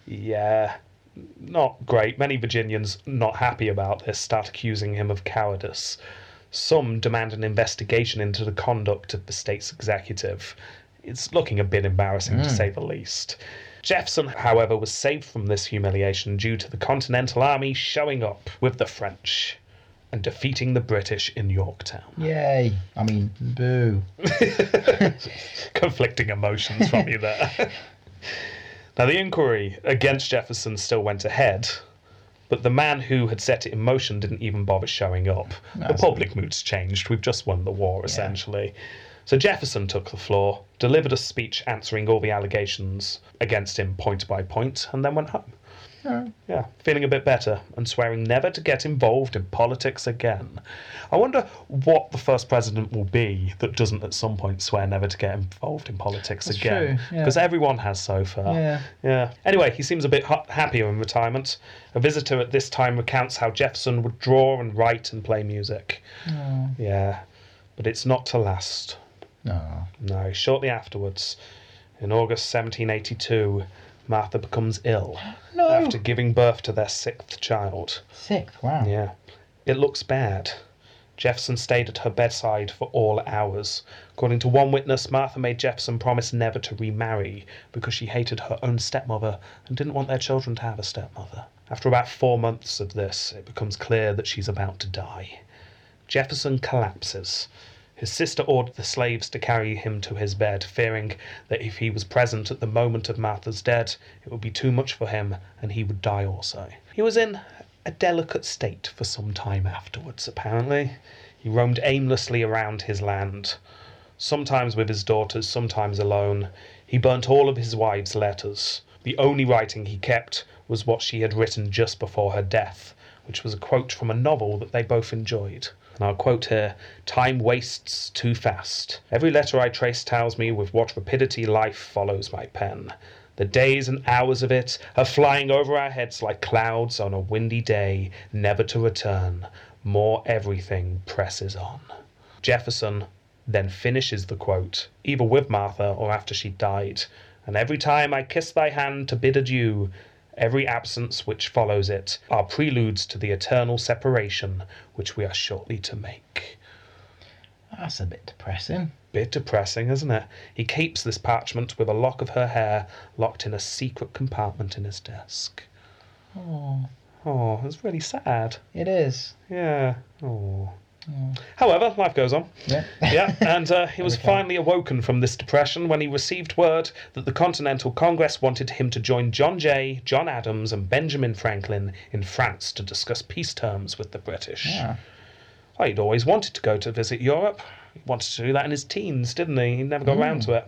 Yeah, not great. Many Virginians not happy about this start accusing him of cowardice. Some demand an investigation into the conduct of the state's executive. It's looking a bit embarrassing to say the least. Jefferson, however, was saved from this humiliation due to the Continental Army showing up with the French and defeating the British in Yorktown. Yay. I mean, boo. conflicting emotions from you there. now, the inquiry against Jefferson still went ahead, but the man who had set it in motion didn't even bother showing up. the That's- public mood's changed. We've just won the war, essentially. So Jefferson took the floor, delivered a speech answering all the allegations against him point by point, and then went home. Oh. Yeah, feeling a bit better and swearing never to get involved in politics again. I wonder what the first president will be that doesn't at some point swear never to get involved in politics true, again. yeah. Because everyone has so far. Yeah. Yeah. Anyway, he seems a bit ha- happier in retirement. A visitor at this time recounts how Jefferson would draw and write and play music. Yeah. But it's not to last. No. No, shortly afterwards, in August 1782, Martha becomes ill No. after giving birth to their sixth child. Sixth, wow. Yeah, it looks bad. Jefferson stayed at her bedside for all hours. According to one witness, Martha made Jefferson promise never to remarry because she hated her own stepmother and didn't want their children to have a stepmother. After about four months of this, it becomes clear that she's about to die. Jefferson collapses. His sister ordered the slaves to carry him to his bed, fearing that if he was present at the moment of Martha's death, it would be too much for him and he would die also. He was in a delicate state for some time afterwards, apparently. He roamed aimlessly around his land, sometimes with his daughters, sometimes alone. He burnt all of his wives' letters. The only writing he kept was what she had written just before her death, which was a quote from a novel that they both enjoyed. And I'll quote here Time wastes too fast. Every letter I trace tells me with what rapidity life follows my pen. The days and hours of it are flying over our heads like clouds on a windy day, never to return. More everything presses on. Jefferson then finishes the quote, either with Martha or after she died. And every time I kiss thy hand to bid adieu, every absence which follows it are preludes to the eternal separation which we are shortly to make. That's a bit depressing. Bit depressing, isn't it? He keeps this parchment with a lock of her hair locked in a secret compartment in his desk. Oh, Oh, it's really sad. it is. Yeah. Oh. However, life goes on. Yeah. yeah, and uh, he was finally awoken from this depression when he received word that the Continental Congress wanted him to join John Jay, John Adams, and Benjamin Franklin in France to discuss peace terms with the British. Yeah. Oh, he'd always wanted to go to visit Europe. He wanted to do that in his teens, didn't he? He never got round to it.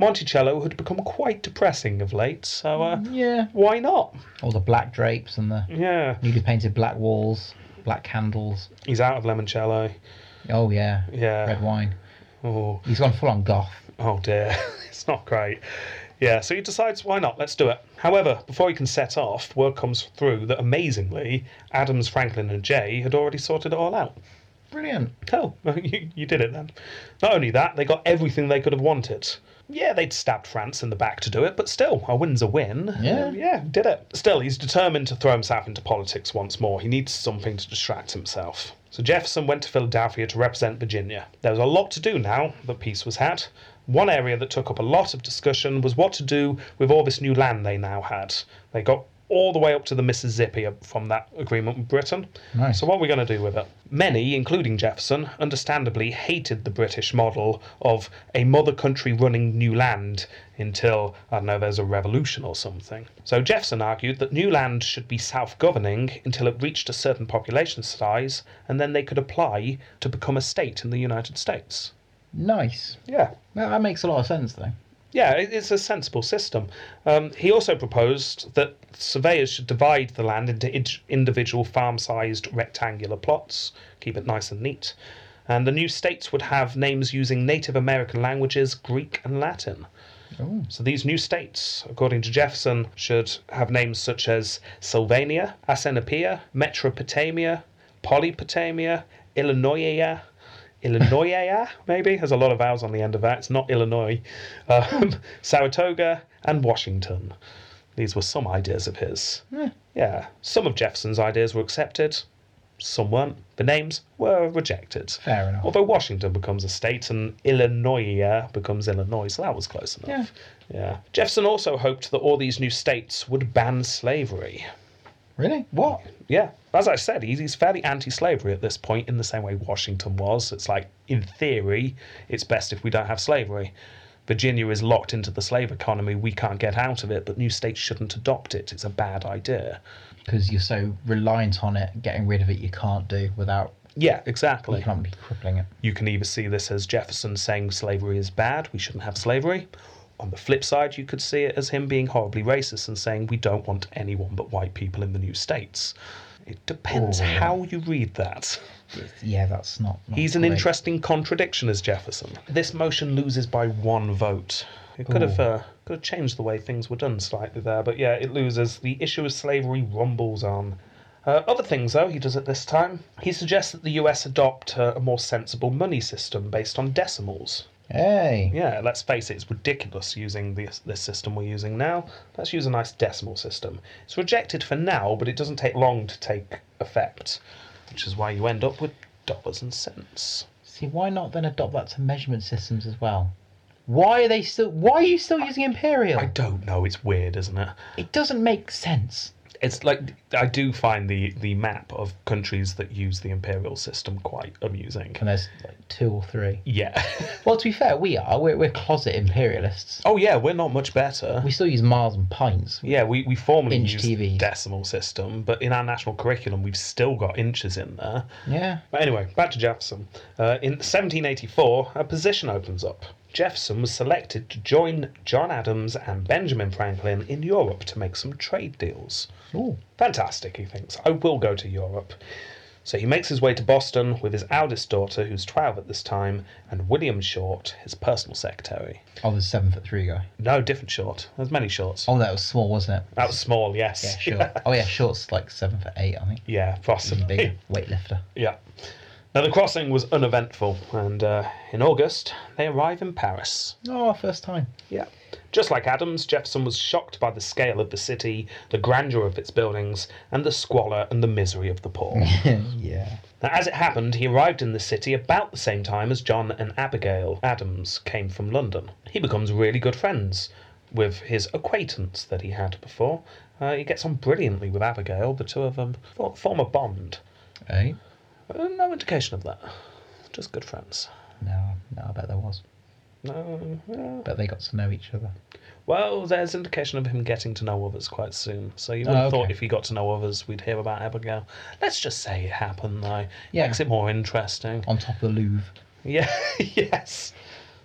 Monticello had become quite depressing of late, so uh, Yeah. why not? All the black drapes and the Yeah, newly painted black walls, black candles. he's out of Lemoncello. Oh, yeah. Yeah. Red wine. Oh. He's gone full on goth. Oh dear, it's not great. Yeah, so he decides, why not? Let's do it. However, before he can set off, word comes through that amazingly, Adams, Franklin, and Jay had already sorted it all out. Brilliant. Oh, you, you did it then. Not only that, they got everything they could have wanted. Yeah, they'd stabbed France in the back to do it, but still, a win's a win. Yeah. Uh, yeah, did it. Still, he's determined to throw himself into politics once more. He needs something to distract himself. So Jefferson went to Philadelphia to represent Virginia. There was a lot to do now that peace was had. One area that took up a lot of discussion was what to do with all this new land they now had. They got all the way up to the Mississippi from that agreement with Britain. Nice. So, what are we going to do with it? Many, including Jefferson, understandably hated the British model of a mother country running new land until, I don't know, there's a revolution or something. So, Jefferson argued that new land should be self governing until it reached a certain population size, and then they could apply to become a state in the United States. Nice. Yeah. Well, that makes a lot of sense, though. Yeah, it- it's a sensible system. Um, he also proposed that surveyors should divide the land into id- individual farm sized rectangular plots, keep it nice and neat. And the new states would have names using Native American languages, Greek and Latin. Oh. So these new states, according to Jefferson, should have names such as Sylvania, Asenapia, Metropotamia, Polypotamia, Illinoisia, Illinoisia, maybe? There's a lot of vowels on the end of that. It's not Illinois. Um, Saratoga and Washington. These were some ideas of his. Yeah. Some of Jefferson's ideas were accepted, some weren't. The names were rejected. Fair enough. Although Washington becomes a state and Illinois uh, becomes Illinois, so that was close enough. Yeah. Jefferson also hoped that all these new states would ban slavery. Really? What? Yeah. As I said, he's, he's fairly anti slavery at this point, in the same way Washington was. It's like, in theory, it's best if we don't have slavery. Virginia is locked into the slave economy. We can't get out of it, but new states shouldn't adopt it. It's a bad idea. Because you're so reliant on it, getting rid of it you can't do without Yeah, exactly. economically crippling it. You can either see this as Jefferson saying slavery is bad, we shouldn't have slavery. On the flip side, you could see it as him being horribly racist and saying we don't want anyone but white people in the new states. It depends Oh. how you read that. Yeah, that's not. not He's an great. interesting contradiction as Jefferson. This motion loses by one vote. It could have Ooh. uh, could have changed the way things were done slightly there, but yeah, it loses. The issue of slavery rumbles on. Uh, other things, though, he does at this time. He suggests that the US adopt uh, a more sensible money system based on decimals. Hey. Yeah, let's face it, it's ridiculous using this, this system we're using now. Let's use a nice decimal system. It's rejected for now, but it doesn't take long to take effect, which is why you end up with dollars and cents. See, why not then adopt that to measurement systems as well? Why are they still? Why are you still using imperial? I don't know. It's weird, isn't it? it doesn't make sense. It's like I do find the the map of countries that use the imperial system quite amusing. And there's like two or three. Yeah. Well, to be fair, we are. We're, we're closet imperialists. oh yeah, we're not much better. We still use miles and pints. yeah, we, we formally Inch use TV. decimal system, but in our national curriculum, we've still got inches in there. Yeah. But anyway, back to Jefferson. Uh, in 1784, a position opens up. Jefferson was selected to join John Adams and Benjamin Franklin in Europe to make some trade deals. Ooh. Fantastic, he thinks. I will go to Europe. So he makes his way to Boston with his eldest daughter, who's 12 at this time, and William Short, his personal secretary. Oh, there's seven foot three guy. No, different Short. There's many Shorts. Oh, that was small, wasn't it? That was small, yes. Yeah, short. Oh yeah, short's like seven foot eight, I think. Yeah, possibly. Big weightlifter. Yeah. Now, the crossing was uneventful, and uh, in August, they arrive in Paris. Oh, first time. Yeah. Just like Adams, Jefferson was shocked by the scale of the city, the grandeur of its buildings, and the squalor and the misery of the poor. yeah. Now, as it happened, he arrived in the city about the same time as John and Abigail Adams came from London. He becomes really good friends with his acquaintance that he had before. Uh, he gets on brilliantly with Abigail. The two of them for- form a bond. Eh? Uh, no indication of that. Just good friends. No, no, I bet there was. No. yeah. But they got to know each other. Well, there's indication of him getting to know others quite soon. So you would Oh, have okay. thought if he got to know others, we'd hear about Abigail. Let's just say it happened, though. Yeah. Makes it more interesting. On top of the Louvre. Yeah, yes.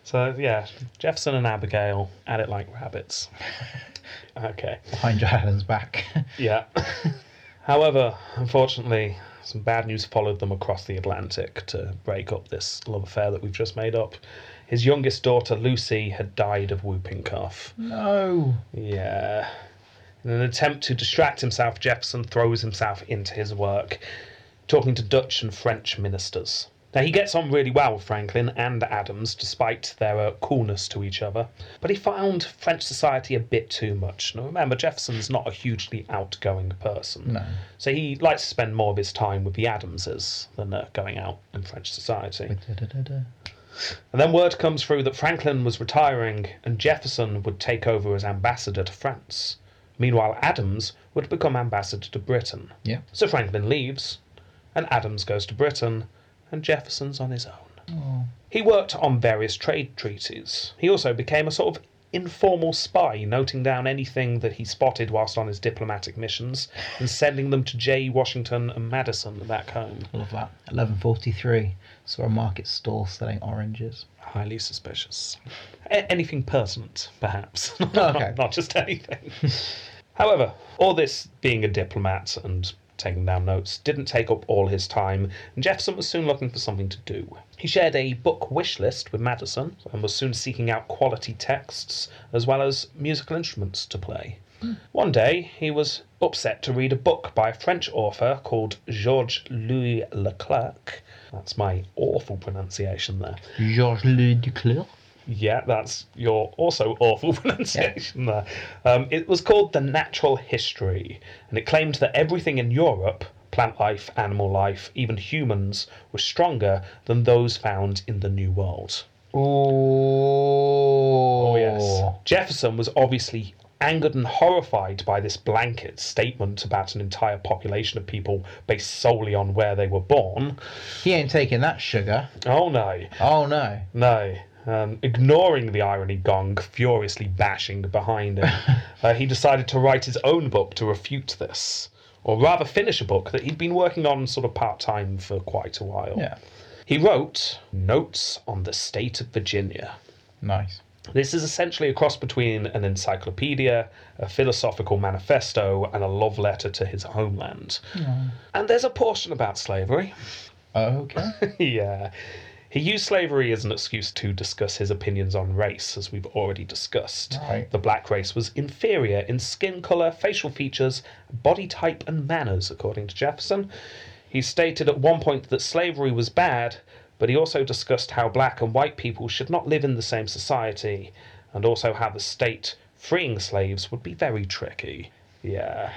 So, yeah, Jefferson and Abigail at it like rabbits. okay, Behind John Adams' back. yeah. However, unfortunately, some bad news followed them across the Atlantic to break up this love affair that we've just made up. His youngest daughter, Lucy, had died of whooping cough. no. Yeah. In an attempt to distract himself, Jefferson throws himself into his work, talking to Dutch and French ministers. Now, he gets on really well with Franklin and Adams, despite their uh, coolness to each other, but he found French society a bit too much. Now, remember, Jefferson's not a hugely outgoing person. No. So he likes to spend more of his time with the Adamses than uh, going out in French society. Da-da-da-da. And then word comes through that Franklin was retiring and Jefferson would take over as ambassador to France. Meanwhile, Adams would become ambassador to Britain. Yeah. So Franklin leaves, and Adams goes to Britain, and Jefferson's on his own. He worked on various trade treaties. He also became a sort of informal spy, noting down anything that he spotted whilst on his diplomatic missions and sending them to J. Washington and Madison back home. Love that. 1143. Saw a market stall selling oranges. Highly suspicious. A- anything pertinent, perhaps. Okay. Not just anything. However, all this being a diplomat and taking down notes didn't take up all his time, and Jefferson was soon looking for something to do. He shared a book wish list with Madison and was soon seeking out quality texts as well as musical instruments to play. One day, he was upset to read a book by a French author called Georges Louis Leclerc. That's my awful pronunciation there. Georges Louis Duclos. Yeah, that's your also awful pronunciation there. Um, it was called The Natural History, and it claimed that everything in Europe plant life, animal life, even humans was stronger than those found in the New World. Oh. Oh, yes. Jefferson was obviously angered and horrified by this blanket statement about an entire population of people based solely on where they were born. He ain't taking that sugar. Oh no. Oh no. No. Um, ignoring the irony gong furiously bashing behind him, uh, he decided to write his own book to refute this, or rather finish a book that he'd been working on sort of part time for quite a while. Yeah. He wrote Notes on the State of Virginia. Nice. This is essentially a cross between an encyclopedia, a philosophical manifesto, and a love letter to his homeland. And there's a portion about slavery. Okay. Yeah. He used slavery as an excuse to discuss his opinions on race, as we've already discussed. Right. The black race was inferior in skin colour, facial features, body type, and manners, according to Jefferson. He stated at one point that slavery was bad, but he also discussed how black and white people should not live in the same society, and also how the state freeing slaves would be very tricky. Yeah.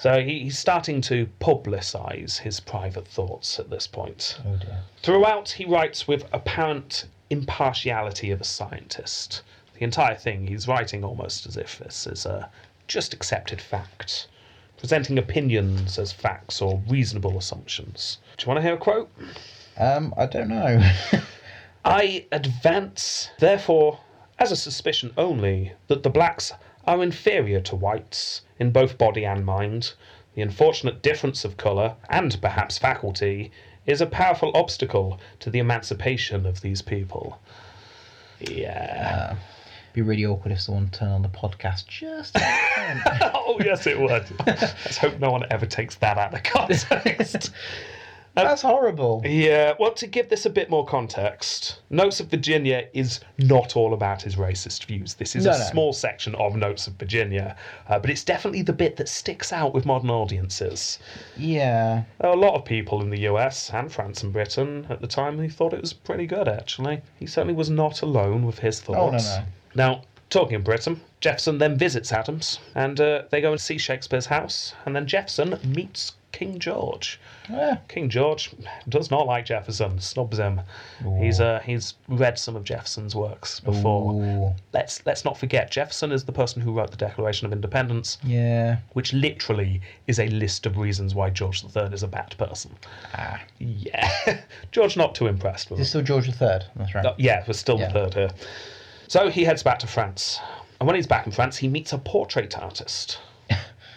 So he, he's starting to publicise his private thoughts at this point. Oh dear. Throughout, he writes with apparent impartiality of a scientist. The entire thing he's writing almost as if this is a just accepted fact, presenting opinions as facts or reasonable assumptions. Do you want to hear a quote? Um, I don't know. I advance, therefore, as a suspicion only, that the blacks are inferior to whites in both body and mind. The unfortunate difference of colour, and perhaps faculty, is a powerful obstacle to the emancipation of these people. Yeah. Be really awkward if someone turned on the podcast just. at the end. oh, yes, it would. Let's hope no one ever takes that out of context. That's horrible. Yeah, well, to give this a bit more context, Notes of Virginia is not all about his racist views. This is No, a no. small section of Notes of Virginia, uh, but it's definitely the bit that sticks out with modern audiences. Yeah. There were a lot of people in the US and France and Britain at the time who thought it was pretty good, actually. He certainly was not alone with his Oh, no, thoughts. no. Now, talking of Britain, Jefferson then visits Adams, and uh, they go and see Shakespeare's house, and then Jefferson meets King George. Yeah. King George does not like Jefferson, snubs him. He's uh, he's read some of Jefferson's works before. Ooh. Let's let's not forget Jefferson is the person who wrote the Declaration of Independence, Yeah. which literally is a list of reasons why George III is a bad person. Ah. Yeah, George not too impressed with. Is him. it still George III? That's right. Uh, yeah, we're still Yeah. third here. So he heads back to France. And when he's back in France, he meets a portrait artist.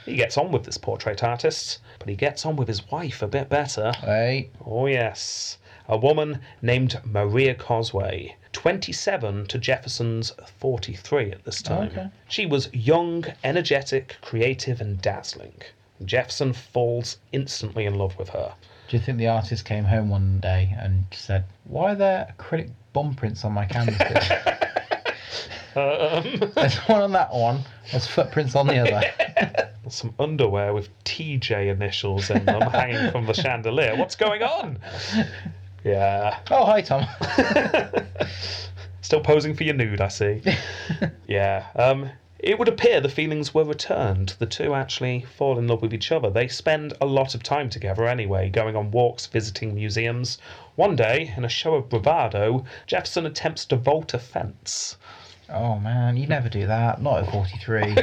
he gets on with this portrait artist, but he gets on with his wife a bit better. Wait. Oh, yes. A woman named Maria Cosway, 27 to Jefferson's 43 at this time. Okay. She was young, energetic, creative, and dazzling. Jefferson falls instantly in love with her. Do you think the artist came home one day and said, "Why are there acrylic bomb prints on my canvas? There's one on that one. There's footprints on the other." Some underwear with TJ initials in them hanging from the chandelier. What's going on? Yeah. Oh, hi, Tom. Still posing for your nude, I see. yeah. Um, it would appear the feelings were returned. The two actually fall in love with each other. They spend a lot of time together anyway, going on walks, visiting museums. One day, in a show of bravado, Jefferson attempts to vault a fence. Oh man, you never do that. Not at 43.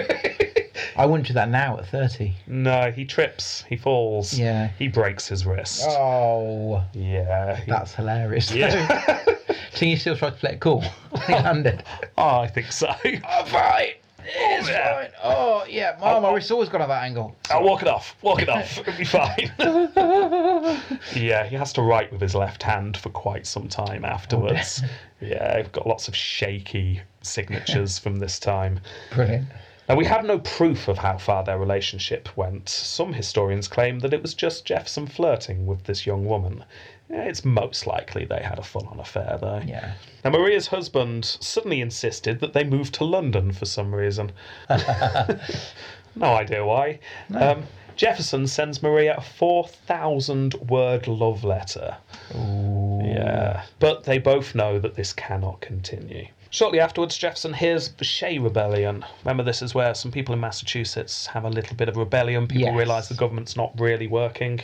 I wouldn't do that now at 30. No, he trips, he falls, Yeah. he breaks his wrist. Oh, Yeah. he- that's hilarious. yeah. so you still tried to play it cool. He landed. oh, I think so. Oh, right. It's Yeah. fine. Oh, yeah. My, my wrist's always gone at that angle. I'll Uh, walk it off. Walk it off. It'll be fine. yeah, he has to write with his left hand for quite some time afterwards. yeah, I've got lots of shaky signatures from this time. Brilliant. Now, we have no proof of how far their relationship went. Some historians claim that it was just Jefferson flirting with this young woman. Eh, It's most likely they had a full on affair, though. Yeah. Now, Maria's husband suddenly insisted that they move to London for some reason. no idea why. Um, Jefferson sends Maria a 4,000 word love letter. Yeah. But they both know that this cannot continue. Shortly afterwards, Jefferson hears of the Shea Rebellion. Remember, this is where some people in Massachusetts have a little bit of rebellion. People Yes. realise the government's not really working.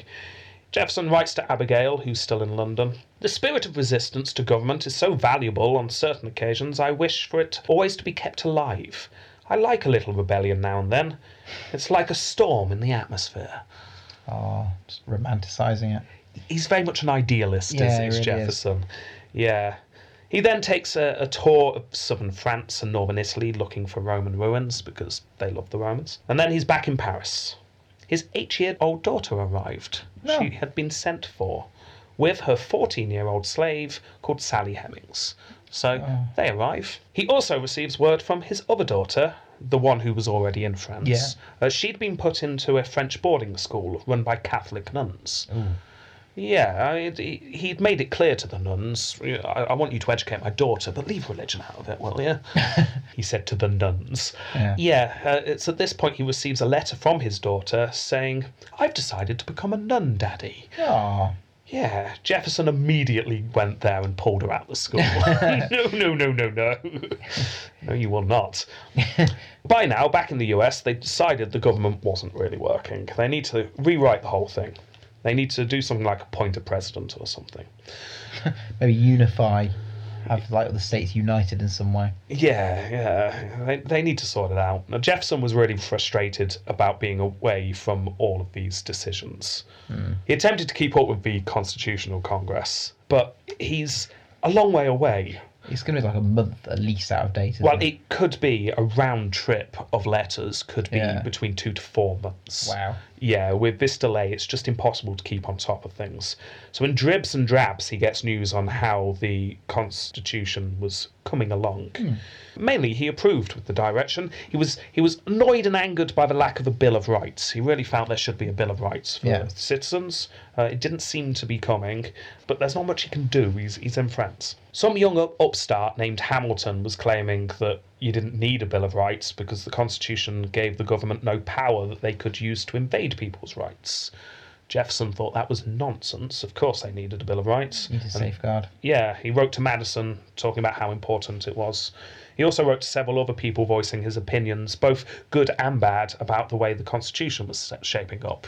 Jefferson writes to Abigail, who's still in London. The spirit of resistance to government is so valuable on certain occasions, I wish for it always to be kept alive. I like a little rebellion now and then. It's like a storm in the atmosphere. Oh, just romanticising it. He's very much an idealist, Yeah, he is, is really is. Jefferson. Yeah. He then takes a, a tour of southern France and northern Italy looking for Roman ruins because they love the Romans. And then he's back in Paris. His eight year old daughter arrived. No. She had been sent for with her 14 year old slave called Sally Hemings. So Oh. they arrive. He also receives word from his other daughter, the one who was already in France. Yeah. Uh, she'd been put into a French boarding school run by Catholic nuns. Yeah, I, he- he'd made it clear to the nuns, I, I want you to educate my daughter, but leave religion out of it, will you? he said to the nuns. Yeah. uh, it's at this point he receives a letter from his daughter saying, I've decided to become a nun daddy. Oh, Yeah, Jefferson immediately went there and pulled her out of the school. no, no, no, no, no. no, you will not. By now, back in the US, they decided the government wasn't really working. They need to rewrite the whole thing. They need to do something like appoint a president or something. maybe unify, have like the states united in some way. Yeah, yeah. They, they need to sort it out. Now, Jefferson was really frustrated about being away from all of these decisions. He attempted to keep up with the Constitutional Congress, but he's a long way away. It's going to be like a month at least out of date. isn't Well, it? it could be a round trip of letters, could be Yeah. between two to four months. Wow. Yeah, with this delay, it's just impossible to keep on top of things. So, in dribs and drabs, he gets news on how the Constitution was coming along. Hmm. Mainly, he approved with the direction. He was he was annoyed and angered by the lack of a Bill of Rights. He really felt there should be a Bill of Rights for Yeah. citizens. Uh, it didn't seem to be coming, but there's not much he can do. He's, he's in France. Some young up- upstart named Hamilton was claiming that you didn't need a Bill of Rights because the Constitution gave the government no power that they could use to invade people's rights. Jefferson thought that was nonsense. Of course, they needed a Bill of Rights. Need a safeguard. Yeah, he wrote to Madison talking about how important it was. He also wrote to several other people voicing his opinions, both good and bad, about the way the Constitution was sa- shaping up.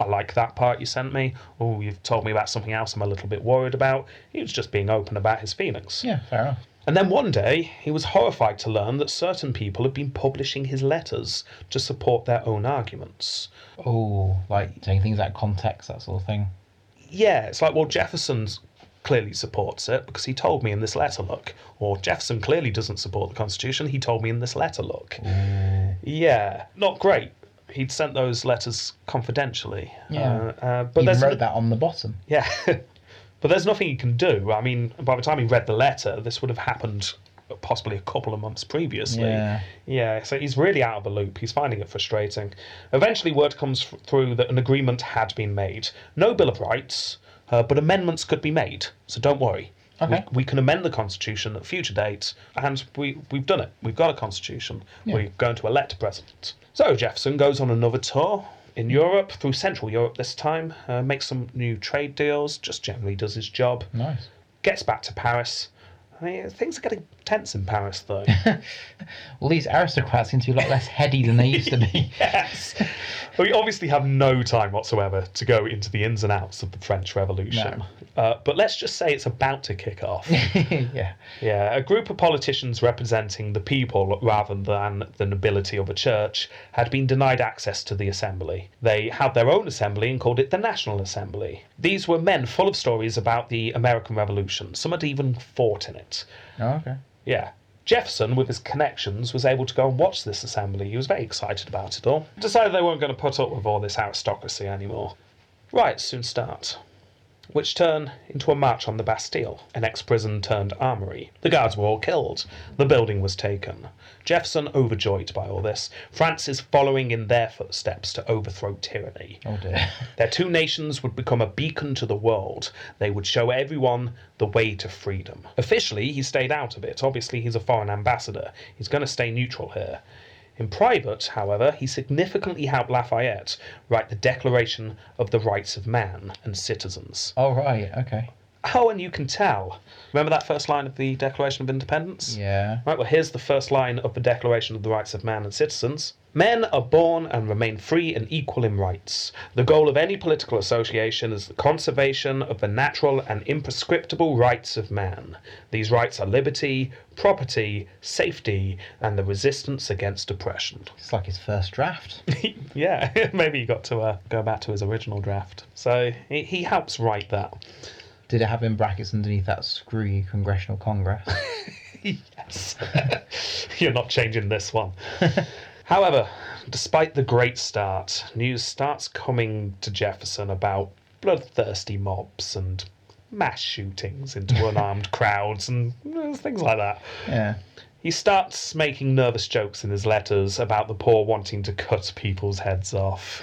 I like that part you sent me. Oh, you've told me about something else I'm a little bit worried about. He was just being open about his feelings. Yeah, fair enough. And then one day, he was horrified to learn that certain people had been publishing his letters to support their own arguments. Oh, like taking things out of context, that sort of thing. yeah, it's like, well, Jefferson clearly supports it because he told me in this letter, look. Or Jefferson clearly doesn't support the Constitution, he told me in this letter, look. Mm. Yeah, not great. He'd sent those letters confidentially. Yeah. Uh, uh, but But there's Even wrote that on the bottom. yeah. but there's nothing he can do. I mean, by the time he read the letter, this would have happened possibly a couple of months previously. Yeah. Yeah, so he's really out of the loop. He's finding it frustrating. Eventually, word comes f- through that an agreement had been made. No Bill of Rights, uh, but amendments could be made. So don't worry. Okay. We, we can amend the Constitution at a future date, and we, we've done it. We've got a Constitution. We're going to elect a president. So Jefferson goes on another tour in Europe, through Central Europe this time, uh, makes some new trade deals, just generally does his job, Nice. gets back to Paris. I mean, things are getting tense in Paris, though. Well, these aristocrats seem to be a lot less heady than they used to be. yes. We obviously have no time whatsoever to go into the ins and outs of the French Revolution. Uh, but let's just say it's about to kick off. yeah. Yeah, a group of politicians representing the people rather than the nobility of a church had been denied access to the assembly. They had their own assembly and called it the National Assembly. These were men full of stories about the American Revolution. Some had even fought in it. Oh, okay. Yeah. Jefferson, with his connections, was able to go and watch this assembly. He was very excited about it all. Decided they weren't going to put up with all this aristocracy anymore. Riots soon start, which turn into a march on the Bastille, an ex prison turned armory. The guards were all killed. The building was taken. Jefferson, overjoyed by all this, France is following in their footsteps to overthrow tyranny. Oh dear. Their two nations would become a beacon to the world. They would show everyone the way to freedom. Officially, he stayed out of it. Obviously, he's a foreign ambassador. He's going to stay neutral here. In private, however, he significantly helped Lafayette write the Declaration of the Rights of Man and Citizens. Oh right. Okay. Oh, and you can tell. Remember that first line of the Declaration of Independence? Yeah. Right, well, here's the first line of the Declaration of the Rights of Man and Citizens. Men are born and remain free and equal in rights. The goal of any political association is the conservation of the natural and imprescriptible rights of man. These rights are liberty, property, safety, and the resistance against oppression. It's like his first draft. yeah, maybe he got to uh, go back to his original draft. So he, he helps write that. Did it have in brackets underneath that screw you congressional congress? yes. You're not changing this one. However, despite the great start, news starts coming to Jefferson about bloodthirsty mobs and mass shootings into unarmed crowds and uh, things like that. yeah. He starts making nervous jokes in his letters about the poor wanting to cut people's heads off.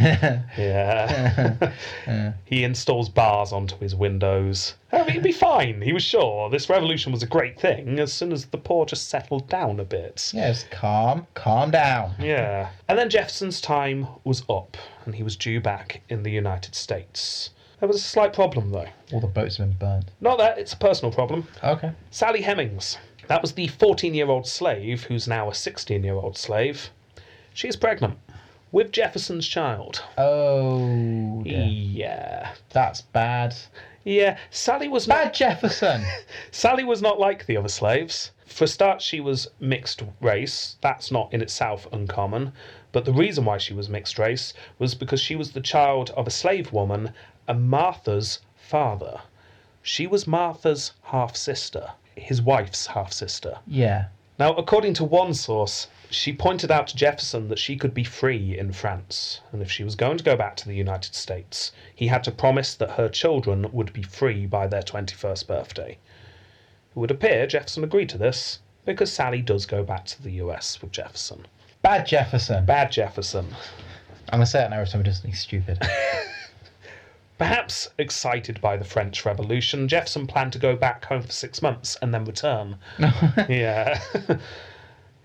yeah. he installs bars onto his windows. I mean, it'd be fine, he was sure. This revolution was a great thing as soon as the poor just settled down a bit. Yes. Calm. Calm down. Yeah. And then Jefferson's time was up and he was due back in the United States. There was a slight problem, though. All the boats have been burnt. Not that it's a personal problem. Okay. Sally Hemings. That was the 14 year old slave who's now a 16 year old slave. She's pregnant with Jefferson's child. Oh. Dear. Yeah. That's bad. Yeah. Sally was not Bad Jefferson. Sally was not like the other slaves. For a start, she was mixed race. That's not in itself uncommon. But the reason why she was mixed race was because she was the child of a slave woman and Martha's father. She was Martha's half sister, his wife's half sister. yeah. Now, according to one source, she pointed out to Jefferson that she could be free in France, and if she was going to go back to the United States, he had to promise that her children would be free by their 21st birthday. It would appear Jefferson agreed to this because Sally does go back to the US with Jefferson. Bad Jefferson. Bad Jefferson. I'm gonna say it now if somebody does something stupid. Perhaps excited by the French Revolution, Jefferson planned to go back home for six months and then return. yeah.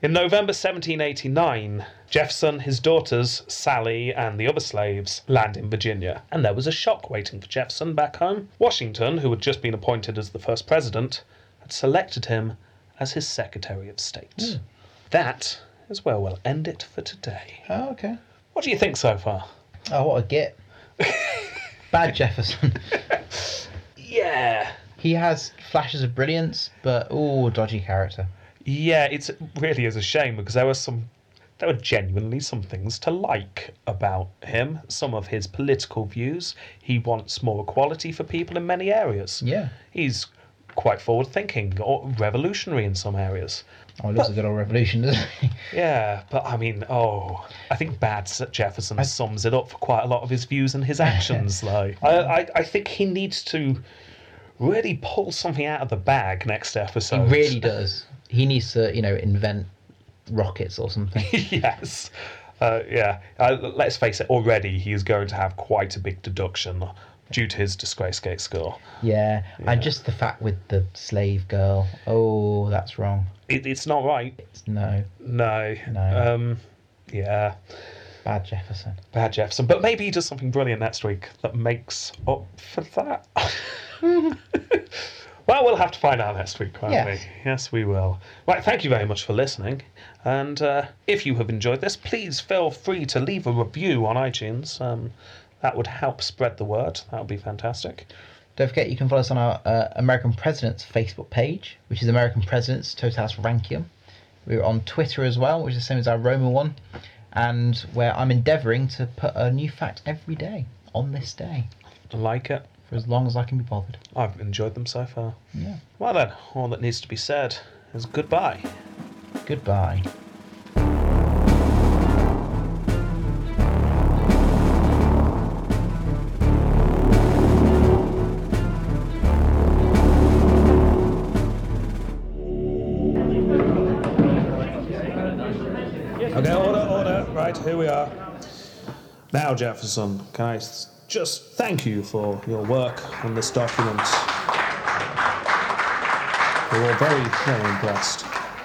In November 1789, Jefferson, his daughters, Sally, and the other slaves land in Virginia, and there was a shock waiting for Jefferson back home. Washington, who had just been appointed as the first president, had selected him as his Secretary of State. That is where we'll end it for today. oh, okay. What do you think so far? Oh, what a git. Bad Jefferson. Yeah. He has flashes of brilliance, but oh, dodgy character. Yeah, it's it really is a shame because there were some there were genuinely some things to like about him, some of his political views. He wants more equality for people in many areas. Yeah. He's quite forward thinking or revolutionary in some areas. Oh, he loves a good old revolution, doesn't he? Yeah, but I mean, oh, I think Bad S- Jefferson sums it up for quite a lot of his views and his actions. like, I, I, I think he needs to really pull something out of the bag next episode. really does. He needs to, you know, invent rockets or something. yes. Uh, yeah. Uh, let's face it, already he is going to have quite a big deduction due to his disgrace gate score. Yeah. And just the fact with the slave girl. Oh, that's wrong. It, it's not right. It's no. No. No. Um, yeah. Bad Jefferson. Bad Jefferson. But maybe he does something brilliant next week that makes up for that. well, Well, we'll have to find out next week, won't Yes. we? Yes, we will. Right, thank you very much for listening. And uh, if you have enjoyed this, please feel free to leave a review on iTunes. Um, that would help spread the word. That would be fantastic. Don't forget, you can follow us on our uh, American Presidents Facebook page, which is American Presidents Totas Rankium. We're on Twitter as well, which is the same as our Roman one, and where I'm endeavouring to put a new fact every day on this day I like it. for as long as I can be bothered. I've enjoyed them so far. Yeah. Well, then, all that needs to be said is goodbye. Goodbye. Okay, order, order. Right, here we are. Now, Jefferson, can I s- just thank you for your work on this document? We were very, very impressed.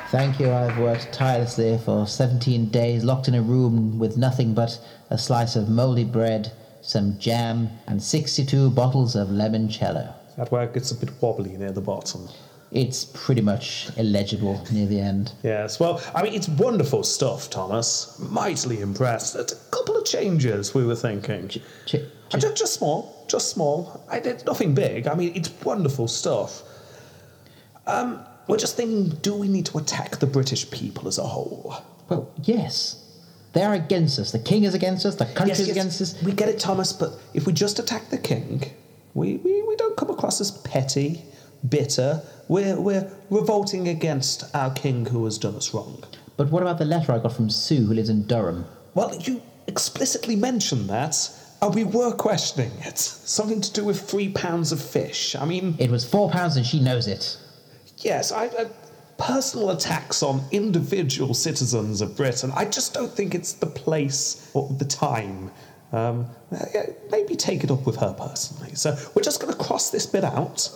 Thank you. I've worked tirelessly for 17 days, locked in a room with nothing but a slice of mouldy bread, some jam, and 62 bottles of limoncello. That work gets a bit wobbly near the bottom. It's pretty much illegible near the end. Yes, well, I mean, it's wonderful stuff, Thomas. Mightily impressed. That's a couple of changes we were thinking. Ch- Uh, ju- just small, just small. I did nothing big. I mean, it's wonderful stuff. Um, we're just thinking: do we need to attack the British people as a whole? Well, yes. They are against us. The king is against us. The country is against us. We get it, Thomas. But if we just attack the king, we, we, we don't come across as petty, bitter. We're we're revolting against our king who has done us wrong. But what about the letter I got from Sue, who lives in Durham? Well, you explicitly mentioned that. And we were questioning it. Something to do with three pounds of fish. I mean, It was four pounds and she knows it. Yes, I, I, personal attacks on individual citizens of Britain. I just don't think it's the place or the time. Um, uh, yeah, maybe take it up with her personally. So we're just going to cross this bit out.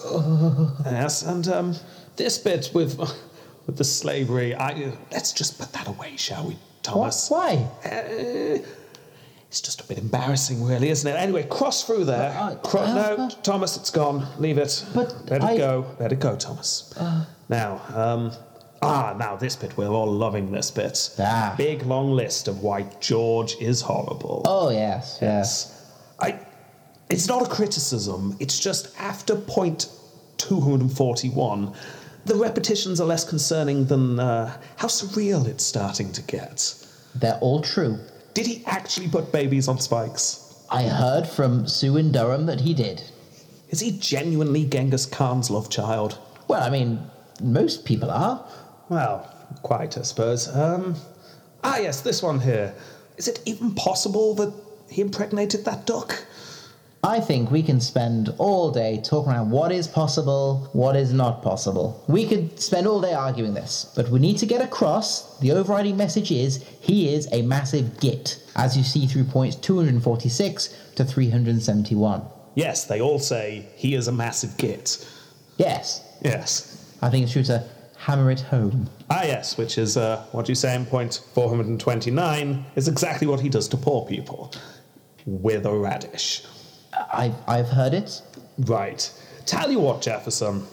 yes, and um, this bit with with the slavery. I let's just put that away, shall we, Thomas? Why? Uh, it's just a bit embarrassing, really, isn't it? Anyway, cross through there. Uh, Cro- uh, no, Thomas, it's gone. Leave it. But let I- Uh. it go. Let it go, Thomas. now, um, ah, now this bit. We're all loving this bit. Ah. Big long list of why George is horrible. Oh, yes, yes. I. It's not a criticism. It's just after point 241, the repetitions are less concerning than uh, how surreal it's starting to get. They're all true. Did he actually put babies on spikes? I heard from Sue in Durham that he did. Is he genuinely Genghis Khan's love child? Well, I mean, most people are. Well, quite, I suppose. Um, ah, yes, this one here. Is it even possible that he impregnated that duck? I think we can spend all day talking around what is possible, what is not possible. We could spend all day arguing this, but we need to get across the overriding message is he is a massive git, as you see through points 246 to 371. Yes, they all say he is a massive git. Yes, Yes. I think it's true to hammer it home. Ah, yes, which is uh, what you say in point 429 is exactly what he does to poor people with a radish. I've, I've heard it. Right. Tell you what, Jefferson,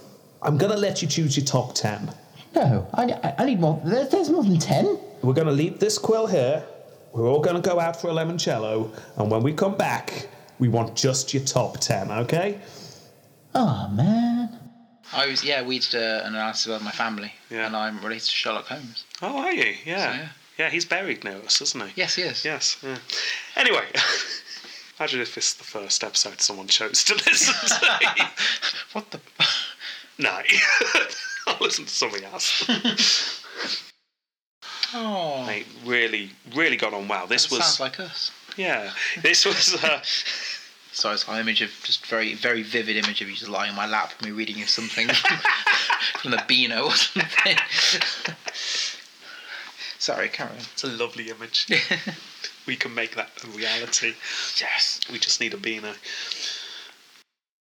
I'm going to let you choose your top 10. No, I, I- I need more. There, there's more than 10. We're going to leave this quill here. We're all going to go out for a limoncello. And when we come back, we want just your top 10, okay? Oh, man. I was yeah, we did uh, an analysis about my family, Yeah. and I'm related to Sherlock Holmes. Oh, are you? Yeah. So, yeah. he's buried near us, isn't he? Yes, yes. Yes. Yeah. Anyway, imagine if this is the first episode someone chose to listen to. What the? no. I'll listen to something else. Oh, Mate, really, really got on well. This was. sounds like us. yeah. This was. Uh, So it's an image of just very, very vivid image of you just lying on my lap, me reading you something from the Beano or something. Sorry, Karen. It's a lovely image. we can make that a reality. Yes. We just need a beaner.